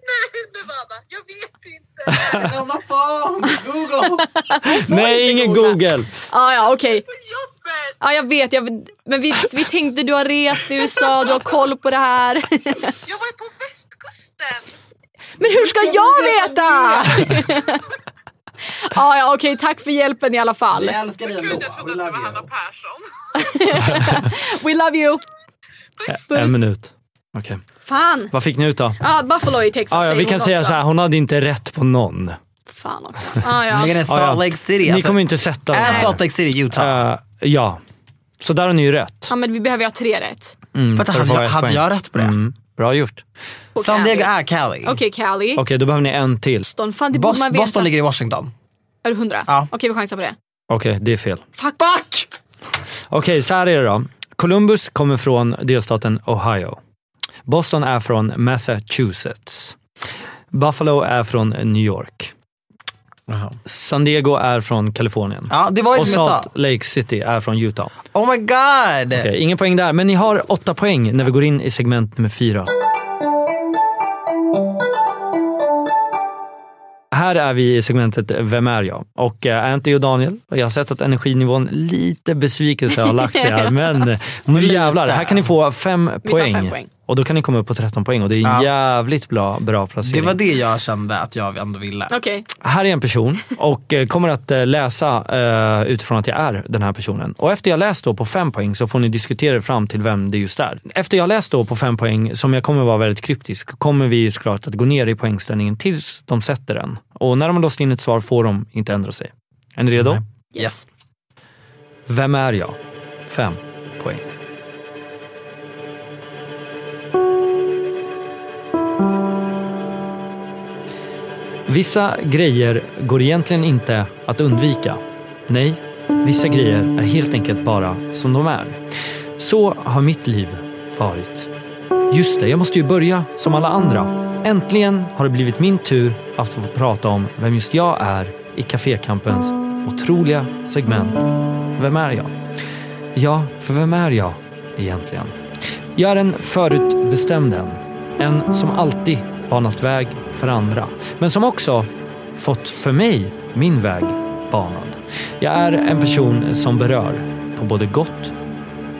[SPEAKER 5] Nej, Nevada. Jag vet inte.
[SPEAKER 2] Vad fan, Google!
[SPEAKER 1] Nej, ingen Google.
[SPEAKER 3] Ah,
[SPEAKER 2] [laughs]
[SPEAKER 3] ja okej.
[SPEAKER 5] Jobbet.
[SPEAKER 3] Ja jag vet, jag, men vi, vi tänkte du har rest i USA, du har koll på det här.
[SPEAKER 5] Jag
[SPEAKER 3] [laughs]
[SPEAKER 5] var ju på västkusten.
[SPEAKER 3] Men hur ska jag veta? [laughs] Ah, Ja ja okej, tack för hjälpen i alla fall.
[SPEAKER 2] Vi älskar dig ändå.
[SPEAKER 5] Gud, jag trodde
[SPEAKER 2] We
[SPEAKER 5] att det
[SPEAKER 2] love
[SPEAKER 5] var Hanna
[SPEAKER 2] you.
[SPEAKER 5] Persson.
[SPEAKER 3] We love you.
[SPEAKER 1] En minut. Okej.
[SPEAKER 3] Fan.
[SPEAKER 1] Vad fick ni ut då?
[SPEAKER 3] Ja, Buffalo i Texas
[SPEAKER 1] Ah, ja,
[SPEAKER 3] säger
[SPEAKER 1] vi
[SPEAKER 3] hon
[SPEAKER 1] kan säga
[SPEAKER 3] också.
[SPEAKER 1] så här, hon hade inte rätt på någon.
[SPEAKER 3] Fan också.
[SPEAKER 1] [laughs]
[SPEAKER 3] Ah, ja.
[SPEAKER 2] Megan är
[SPEAKER 1] Ah, ja.
[SPEAKER 2] Salt Lake City.
[SPEAKER 1] Ni
[SPEAKER 2] Alltså,
[SPEAKER 1] kommer ju inte sätta den
[SPEAKER 2] Är
[SPEAKER 1] här.
[SPEAKER 2] Salt Lake City Utah?
[SPEAKER 1] Eh, ja, så där har ni ju rätt.
[SPEAKER 3] ja Ah, men vi behöver ju ha tre rätt.
[SPEAKER 2] Vänta,
[SPEAKER 1] Mm, för att
[SPEAKER 2] hade,
[SPEAKER 1] få
[SPEAKER 2] jag,
[SPEAKER 1] ett
[SPEAKER 2] hade
[SPEAKER 1] poäng.
[SPEAKER 2] jag rätt på det?
[SPEAKER 1] Mm, bra gjort.
[SPEAKER 3] Och
[SPEAKER 2] San Diego
[SPEAKER 3] Cali.
[SPEAKER 2] är Cali.
[SPEAKER 3] Okej Cali.
[SPEAKER 1] Okej, då behöver ni en till.
[SPEAKER 3] Boston. Fan det borde
[SPEAKER 2] Bos-
[SPEAKER 3] man veta.
[SPEAKER 2] Boston ligger i Washington.
[SPEAKER 3] Är du hundra?
[SPEAKER 2] Ja.
[SPEAKER 3] Okej vi chansar på det.
[SPEAKER 1] Okej, det är fel.
[SPEAKER 2] Fuck! Fuck!
[SPEAKER 1] Okej, så här är det då. Columbus kommer från delstaten Ohio. Boston är från Massachusetts. Buffalo är från New York. San Diego är från Kalifornien.
[SPEAKER 2] Ja, det var ju
[SPEAKER 1] Och
[SPEAKER 2] som jag sa.
[SPEAKER 1] Salt Lake City är från Utah.
[SPEAKER 2] Oh my god!
[SPEAKER 1] Okej, ingen poäng där, men ni har åtta poäng när vi går in i segment nummer fyra. Här är vi i segmentet Vem är jag? Och eh, Anty och Daniel, jag har sett att energinivån lite besvikelse har lagt sig här, men nu jävlar, här kan ni få fem
[SPEAKER 3] tar
[SPEAKER 1] poäng.
[SPEAKER 3] fem poäng.
[SPEAKER 1] Och då kan ni komma upp på 13 poäng och det är en
[SPEAKER 2] Ja.
[SPEAKER 1] jävligt bra, bra
[SPEAKER 2] Det
[SPEAKER 1] placering.
[SPEAKER 2] var det jag kände att jag ändå ville.
[SPEAKER 3] Okej.
[SPEAKER 1] Här är en person och eh, kommer att eh, läsa eh, utifrån att jag är den här personen. Och efter jag läst då på fem poäng så får ni diskutera er fram till vem det just är. Efter jag läst då på fem poäng, som jag kommer vara väldigt kryptisk, kommer vi ju såklart att gå ner i poängställningen tills de sätter den. Och när de har låst in ett svar får de inte ändra sig. Är ni redo?
[SPEAKER 2] Yes.
[SPEAKER 1] Vem är jag? Fem poäng. Vissa grejer går egentligen inte att undvika. Nej, vissa grejer är helt enkelt bara som de är. Så har mitt liv varit. Just det, jag måste ju börja som alla andra. Äntligen har det blivit min tur att få prata om vem just jag är i Cafékampens otroliga segment Vem är jag? Ja, för vem är jag egentligen? Jag är en förutbestämd en. En som alltid banat väg för andra. Men som också fått för mig min väg banad. Jag är en person som berör på både gott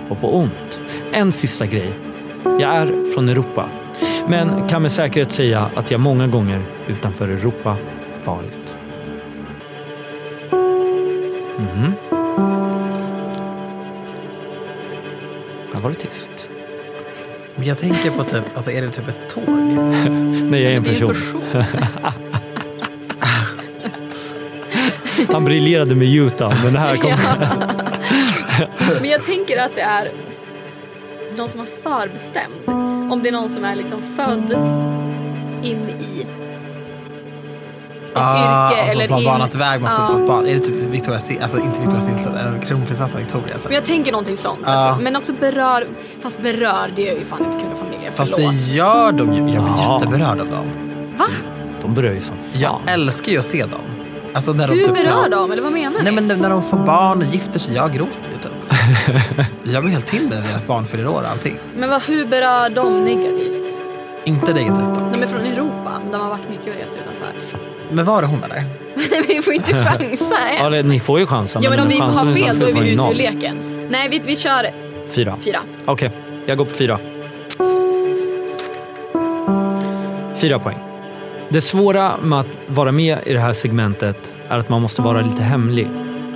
[SPEAKER 1] och på ont. En sista grej. Jag är från Europa. Men kan med säkerhet säga att jag många gånger utanför Europa varit. Mhm. Här var det tyst.
[SPEAKER 2] Men Jag tänker på typ, alltså är det typ ett tåg?
[SPEAKER 1] Nej, jag är en
[SPEAKER 3] Det är ju
[SPEAKER 1] person.
[SPEAKER 3] person.
[SPEAKER 1] Han briljerade med Utah, men det här kom...
[SPEAKER 3] Men jag tänker att det är någon som har förbestämt. Om det är någon som är liksom född in i
[SPEAKER 2] Ah,
[SPEAKER 3] yrke
[SPEAKER 2] alltså
[SPEAKER 3] eller
[SPEAKER 2] man
[SPEAKER 3] in-
[SPEAKER 2] banat väg man
[SPEAKER 3] Ja.
[SPEAKER 2] ah. barn. Är det typ Victoria Sil- alltså inte Victoria Silvstedt, äh, kronprinsessan Victoria. Typ.
[SPEAKER 3] Men jag tänker någonting sånt. Alltså. Men också berör. Fast berör, det är ju fan inte kungafamiljen.
[SPEAKER 2] Fast
[SPEAKER 3] Förlåt.
[SPEAKER 2] det gör de ju. Jag blir
[SPEAKER 1] Ja.
[SPEAKER 2] jätteberörd av dem.
[SPEAKER 3] Va?
[SPEAKER 1] De berör ju som
[SPEAKER 2] Jag
[SPEAKER 1] fan.
[SPEAKER 2] älskar ju att se dem. Alltså när de
[SPEAKER 3] Hur
[SPEAKER 2] typ,
[SPEAKER 3] berör de? Eller vad menar ni?
[SPEAKER 2] Nej men när de får barn och gifter sig, jag gråter ju typ.
[SPEAKER 1] [laughs]
[SPEAKER 2] jag blir helt till när deras barn fyller år och allting.
[SPEAKER 3] Men vad, hur berör de negativt?
[SPEAKER 2] Inte negativt då.
[SPEAKER 3] De är från Europa, men de har varit mycket och rest utanför. [laughs]
[SPEAKER 2] Men var det hon eller?
[SPEAKER 3] Nej, vi får inte chansa än.
[SPEAKER 1] Ja, eller, ni får ju chansen.
[SPEAKER 3] Ja men om vi
[SPEAKER 1] chansen
[SPEAKER 3] har fel då är
[SPEAKER 1] får ni
[SPEAKER 3] vi ute ur
[SPEAKER 1] noll.
[SPEAKER 3] leken. Nej vi, vi kör
[SPEAKER 1] Fyra.
[SPEAKER 3] fyra.
[SPEAKER 1] Okej, jag går på fyra. Fyra poäng. Det svåra med att vara med i det här segmentet är att man måste vara lite hemlig.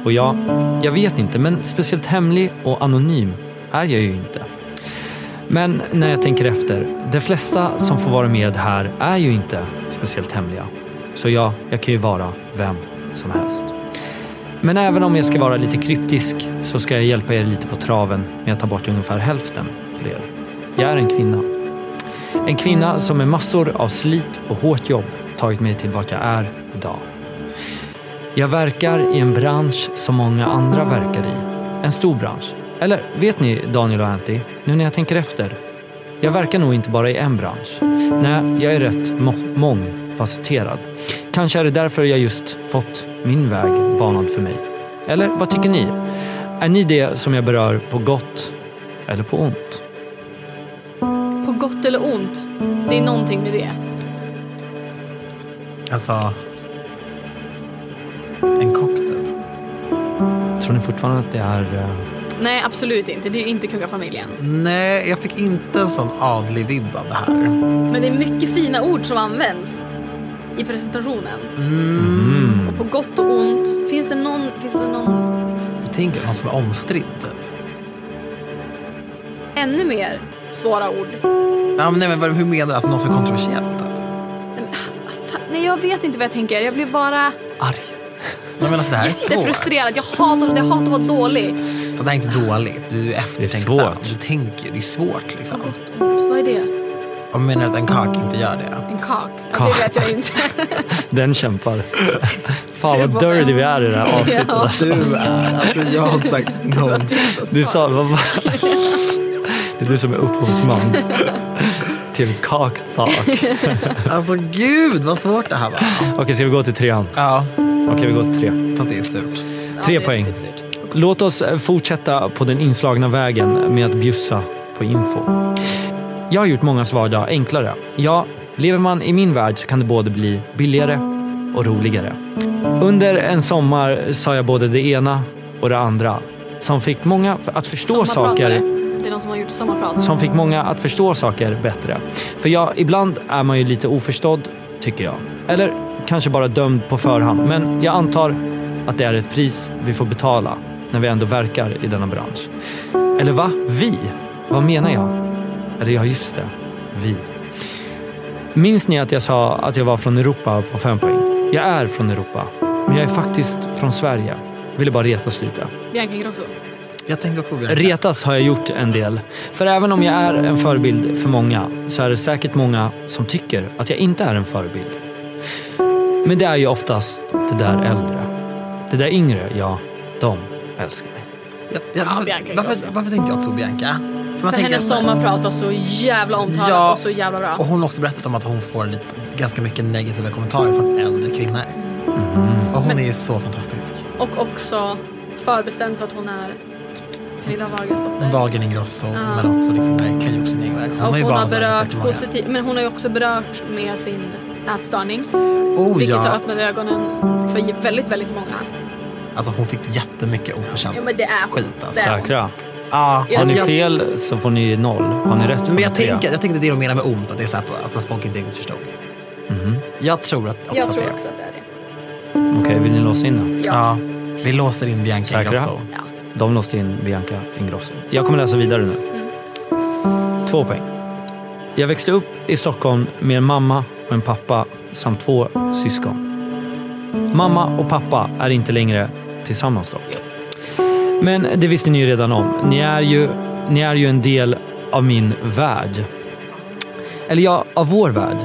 [SPEAKER 1] Och ja, jag vet inte, men speciellt hemlig och anonym är jag ju inte. Men när jag tänker efter, de flesta som får vara med här är ju inte speciellt hemliga. Så ja, jag kan ju vara vem som helst. Men även om jag ska vara lite kryptisk så ska jag hjälpa er lite på traven med att ta bort ungefär hälften för er. Jag är en kvinna. En kvinna som med massor av slit och hårt jobb tagit mig till vart jag är idag. Jag verkar i en bransch som många andra verkar i. En stor bransch. Eller vet ni Daniel och Antti, nu när jag tänker efter. Jag verkar nog inte bara i en bransch. Nej, jag är rätt må- mångfacetterad. Kanske är det därför jag just fått min väg banad för mig. Eller vad tycker ni? Är ni det som jag berör på gott eller på ont?
[SPEAKER 3] På gott eller ont, det är någonting med det.
[SPEAKER 2] Alltså... En kock typ.
[SPEAKER 1] Tror ni fortfarande att det är... eh,
[SPEAKER 3] Nej, absolut inte. Det är ju inte kungafamiljen.
[SPEAKER 2] Nej, jag fick inte en sån adlig vibb av det här.
[SPEAKER 3] Men det är mycket fina ord som används i presentationen.
[SPEAKER 1] Mm.
[SPEAKER 3] Och på gott och ont, finns det någon... Finns det någon
[SPEAKER 2] Jag tänker någon som är omstridd typ.
[SPEAKER 3] ännu mer svåra ord?
[SPEAKER 2] Ja, men nej, men vad- hur menar du? Alltså någon som är kontroversiell typ?
[SPEAKER 3] Fan, Nej, jag vet inte vad jag tänker. Jag blir bara
[SPEAKER 1] arg?
[SPEAKER 2] Nej, men alltså, det här är svårt.
[SPEAKER 3] jättefrustrerad. Jag hatar, jag hatar att vara dålig.
[SPEAKER 2] För det här är inte dåligt. Du är eftertänksam.
[SPEAKER 1] svårt.
[SPEAKER 2] Du tänker, det är svårt liksom.
[SPEAKER 3] På gott och ont, vad är det?
[SPEAKER 2] Och menar du att en kak inte gör det?
[SPEAKER 3] En kak? Ja,
[SPEAKER 1] Kak.
[SPEAKER 3] Det vet
[SPEAKER 1] [laughs]
[SPEAKER 3] jag inte.
[SPEAKER 1] Den kämpar. [laughs] Fan
[SPEAKER 3] Fru
[SPEAKER 1] vad
[SPEAKER 3] Bob-
[SPEAKER 1] dirty vi är i det här avsnittet.
[SPEAKER 3] Ja.
[SPEAKER 1] alltså.
[SPEAKER 2] Du är... Alltså jag har inte sagt någonting.
[SPEAKER 1] Du sa... Vad, var- [laughs] det är du som är upphovsman till kaktak.
[SPEAKER 3] [laughs]
[SPEAKER 1] Okej,
[SPEAKER 2] Alltså gud vad svårt det här var.
[SPEAKER 1] ska vi gå till trean?
[SPEAKER 2] Ja,
[SPEAKER 1] Okej, vi går till tre.
[SPEAKER 2] fast det är surt.
[SPEAKER 3] Ja,
[SPEAKER 1] Tre
[SPEAKER 3] det är
[SPEAKER 1] poäng.
[SPEAKER 3] lite surt.
[SPEAKER 1] Låt oss eh, fortsätta på den inslagna vägen med att bjussa på info. Jag har gjort mångas vardag enklare. Ja, lever man i min värld så kan det både bli billigare och roligare. Under en sommar sa jag både det ena och det andra som fick många att förstå
[SPEAKER 3] Sommarpratare.
[SPEAKER 1] saker
[SPEAKER 3] Det är någon som har gjort sommarprat.
[SPEAKER 1] som fick många att förstå saker bättre. För ja, ibland är man ju lite oförstådd, tycker jag. Eller kanske bara dömd på förhand. Men jag antar att det är ett pris vi får betala när vi ändå verkar i denna bransch. Eller va? Vi? Vad menar jag? Eller ja, just det. Vi. Minns ni att jag sa att jag var från Europa på fem poäng? Jag är från Europa, men jag är faktiskt från Sverige. Ville bara retas lite.
[SPEAKER 3] Bianca Ingrosso.
[SPEAKER 2] Jag tänkte också Bianca.
[SPEAKER 1] Retas har jag gjort en del. För även om jag är en förebild för många så är det säkert många som tycker att jag inte är en förebild. Men det är ju oftast det där äldre. Det där yngre, ja, de älskar mig.
[SPEAKER 2] Ja, ja,
[SPEAKER 3] Ja,
[SPEAKER 2] varför,
[SPEAKER 3] Bianca är
[SPEAKER 2] varför,
[SPEAKER 3] grossig.
[SPEAKER 2] varför tänkte jag också Bianca? För, man
[SPEAKER 3] För
[SPEAKER 2] tänker
[SPEAKER 3] hennes
[SPEAKER 2] att-
[SPEAKER 3] sommarprat var så jävla omtalat
[SPEAKER 2] Ja.
[SPEAKER 3] och så jävla bra.
[SPEAKER 2] Och hon har också berättat om att hon får lite, ganska mycket negativa kommentarer från äldre kvinnor. Och hon är ju så fantastisk.
[SPEAKER 3] Och också förbestämd för att hon är Pernilla Vargas dotter.
[SPEAKER 2] Wagen Ingrosso, men också liksom verkligen gjort sin egen väg. Hon
[SPEAKER 3] och hon
[SPEAKER 2] banat
[SPEAKER 3] har
[SPEAKER 2] väg för
[SPEAKER 3] berört
[SPEAKER 2] jättemånga.
[SPEAKER 3] positivt, men hon har ju också berört med sin ätstörning.
[SPEAKER 2] Oh
[SPEAKER 3] vilket har
[SPEAKER 2] ja,
[SPEAKER 3] öppnat ögonen för väldigt, väldigt många.
[SPEAKER 2] alltså hon fick jättemycket oförtjänt.
[SPEAKER 3] Ja men det är
[SPEAKER 2] Skit, alltså.
[SPEAKER 3] Det är hon.
[SPEAKER 1] Säkra.
[SPEAKER 2] Ja,
[SPEAKER 3] Jag
[SPEAKER 1] Har ni
[SPEAKER 2] jag-
[SPEAKER 1] fel så får ni noll. Har ni rätt får
[SPEAKER 2] Men
[SPEAKER 1] ni
[SPEAKER 2] jag
[SPEAKER 1] tre.
[SPEAKER 2] tänker, jag tänker att det är det de menar med ont, att det är så här på, alltså folk inte riktigt förstod. Mhm. Jag tror att också
[SPEAKER 3] Jag
[SPEAKER 2] att det
[SPEAKER 3] tror
[SPEAKER 2] är.
[SPEAKER 3] också att det är det.
[SPEAKER 1] Okej, vill ni låsa in den?
[SPEAKER 2] Ja, vi låser in Bianca
[SPEAKER 1] Säkra?
[SPEAKER 2] Ingrosso.
[SPEAKER 3] Ja.
[SPEAKER 1] De låste in Bianca Ingrosso. Jag kommer läsa vidare nu. Två poäng. Jag växte upp i Stockholm med en mamma och en pappa samt två syskon. Mamma och pappa är inte längre tillsammans dock. Men det visste ni ju redan om. Ni är ju, ni är ju en del av min värld. Eller ja, av vår värld.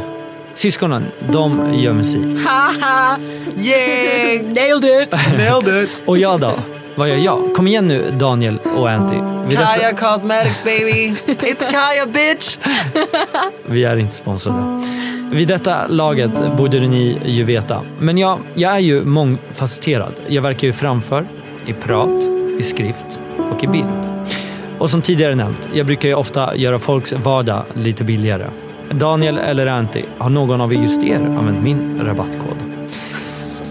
[SPEAKER 1] Syskonen, de gör musik.
[SPEAKER 3] Haha!
[SPEAKER 2] Yay!
[SPEAKER 3] Nailed it!
[SPEAKER 2] [laughs] Nailed it!
[SPEAKER 1] Och jag då? Vad gör jag? Kom igen nu Daniel och Antti. Vid detta-
[SPEAKER 2] Kaya Cosmetics baby! It's Kaya bitch!
[SPEAKER 1] Vi är inte sponsrade. Vid detta laget borde ni ju veta. Men ja, jag är ju mångfacetterad. Jag verkar ju framför, i prat, i skrift och i bild. Och som tidigare nämnt, jag brukar ju ofta göra folks vardag lite billigare. Daniel eller Antti, har någon av just er använt min rabattkod?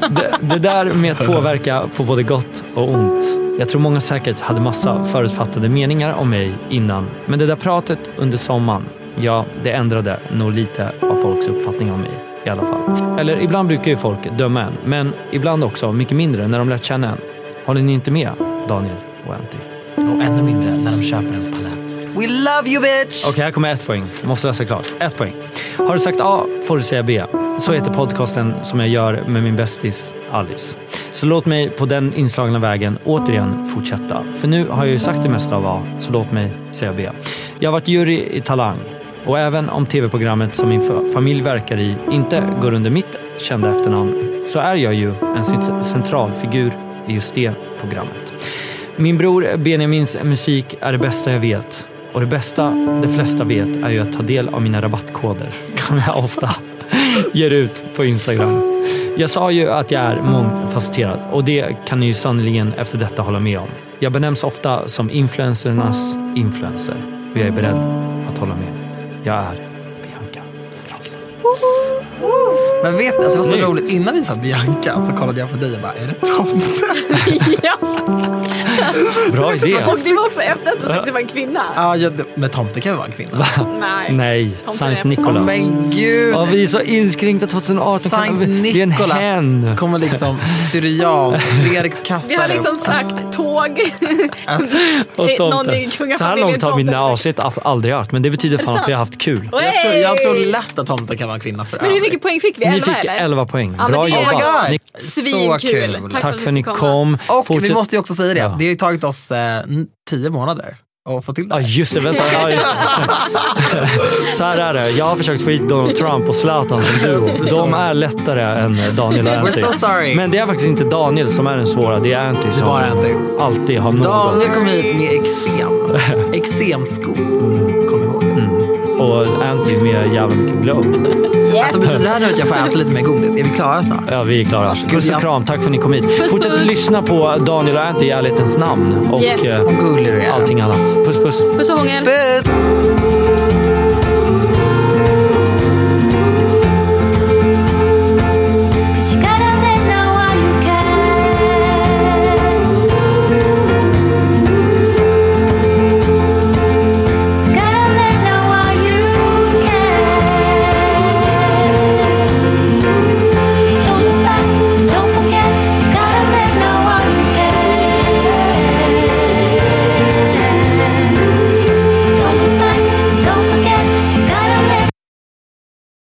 [SPEAKER 1] Det, det där med att påverka på både gott och ont. Jag tror många säkert hade massa förutfattade meningar om mig innan. Men det där pratet under sommaren, ja, det ändrade nog lite av folks uppfattning om mig. I alla fall. Eller ibland brukar ju folk döma en, men ibland också mycket mindre när de lärt känna en. Håller ni inte med, Daniel och Antti?
[SPEAKER 2] Och ännu mindre när de köper ens palett. We love you bitch!
[SPEAKER 1] Okej, här kommer ett poäng. Måste läsa klart. Ett poäng. Har du sagt A får du säga B. Så heter podcasten som jag gör med min bästis Alice. Så låt mig på den inslagna vägen återigen fortsätta. För nu har jag ju sagt det mesta av A, så låt mig säga B. Jag har varit jury i Talang. Och även om tv-programmet som min fa- familj verkar i inte går under mitt kända efternamn så är jag ju en cent- central figur i just det programmet. Min bror Benjamins musik är det bästa jag vet. Och det bästa de flesta vet är ju att ta del av mina rabattkoder [laughs] som jag ofta ger ut på Instagram. Jag sa ju att jag är mångfacetterad och det kan ni ju sannerligen efter detta hålla med om. Jag benämns ofta som influencernas influencer och jag är beredd att hålla med. Jag är Bianca Strauss.
[SPEAKER 2] Men vet ni, att det var så
[SPEAKER 1] Snyggt.
[SPEAKER 2] roligt, innan vi sa Bianca så kollade jag på dig och bara, är det tomten?
[SPEAKER 3] ja.
[SPEAKER 1] Bra
[SPEAKER 3] [laughs]
[SPEAKER 1] idé!
[SPEAKER 3] Och det var också efter att du sagt att det var en kvinna.
[SPEAKER 2] Ja, ja, det- men tomten kan ju vara en kvinna.
[SPEAKER 3] Nej.
[SPEAKER 1] Nej,
[SPEAKER 3] är
[SPEAKER 1] Sankt
[SPEAKER 3] på-
[SPEAKER 1] Nikolaus.
[SPEAKER 2] Men gud!
[SPEAKER 1] Ja, vi är så inskränkta 2018. kan vi-
[SPEAKER 2] Sankt
[SPEAKER 1] Det är en hen.
[SPEAKER 2] Nikolas kommer liksom syrian, Fredrik kastar
[SPEAKER 3] Vi har liksom
[SPEAKER 2] upp.
[SPEAKER 3] sagt tåg.
[SPEAKER 2] Alltså,
[SPEAKER 1] Och
[SPEAKER 3] Det-
[SPEAKER 1] tomten.
[SPEAKER 3] någon [laughs] i kungafamiljen
[SPEAKER 1] Så här långt har
[SPEAKER 3] tomten.
[SPEAKER 1] mina avsnitt af- aldrig hört, men det betyder fan att vi har haft kul.
[SPEAKER 2] jag, tror, jag tror
[SPEAKER 3] Hey!
[SPEAKER 2] lätt att tomten kan vara en kvinna för
[SPEAKER 3] Men hur
[SPEAKER 2] övrigt.
[SPEAKER 3] mycket poäng fick vi?
[SPEAKER 1] Ni
[SPEAKER 3] 11
[SPEAKER 1] fick
[SPEAKER 3] eller?
[SPEAKER 1] 11 poäng.
[SPEAKER 3] Ja, men
[SPEAKER 1] Bra
[SPEAKER 3] det är-
[SPEAKER 1] jobbat!
[SPEAKER 2] Oh my
[SPEAKER 1] Ni,
[SPEAKER 2] god! Så
[SPEAKER 3] Svinkul.
[SPEAKER 2] kul.
[SPEAKER 3] Tack,
[SPEAKER 1] tack för att ni
[SPEAKER 3] fick komma.
[SPEAKER 1] kom.
[SPEAKER 2] Och
[SPEAKER 1] Fortsätt-
[SPEAKER 2] vi måste ju också säga det,
[SPEAKER 1] Ja.
[SPEAKER 2] det har ju tagit oss eh, n- tio månader att få till det.
[SPEAKER 1] Ja
[SPEAKER 2] här.
[SPEAKER 1] just det, vänta. Ja, just
[SPEAKER 3] [laughs]
[SPEAKER 1] det. Så här är det, jag har försökt få hit Donald Trump och Zlatan som duo. De är lättare än Daniel och
[SPEAKER 2] We're
[SPEAKER 1] Anty.
[SPEAKER 2] so sorry.
[SPEAKER 1] Men det är faktiskt inte Daniel som är den svåra, det är Anty som
[SPEAKER 2] bara Anty.
[SPEAKER 1] alltid har något.
[SPEAKER 2] Daniel kom hit med
[SPEAKER 1] [laughs]
[SPEAKER 2] eksem. Eksemskor. Kom ihåg det.
[SPEAKER 1] Mm. Och Anty med jävla mycket glow.
[SPEAKER 2] Alltså betyder det här nu att jag får äta lite mer godis? Är vi klara snart?
[SPEAKER 1] Ja, vi är klara. Puss och kram, tack för att ni kom hit. Fortsätt
[SPEAKER 3] puss.
[SPEAKER 1] lyssna på Daniel och Anty i ärlighetens namn. Och
[SPEAKER 3] Yes.
[SPEAKER 1] eh,
[SPEAKER 2] Vad gullig du är.
[SPEAKER 1] allting annat. Puss puss.
[SPEAKER 3] Puss och hångel.
[SPEAKER 2] Puss!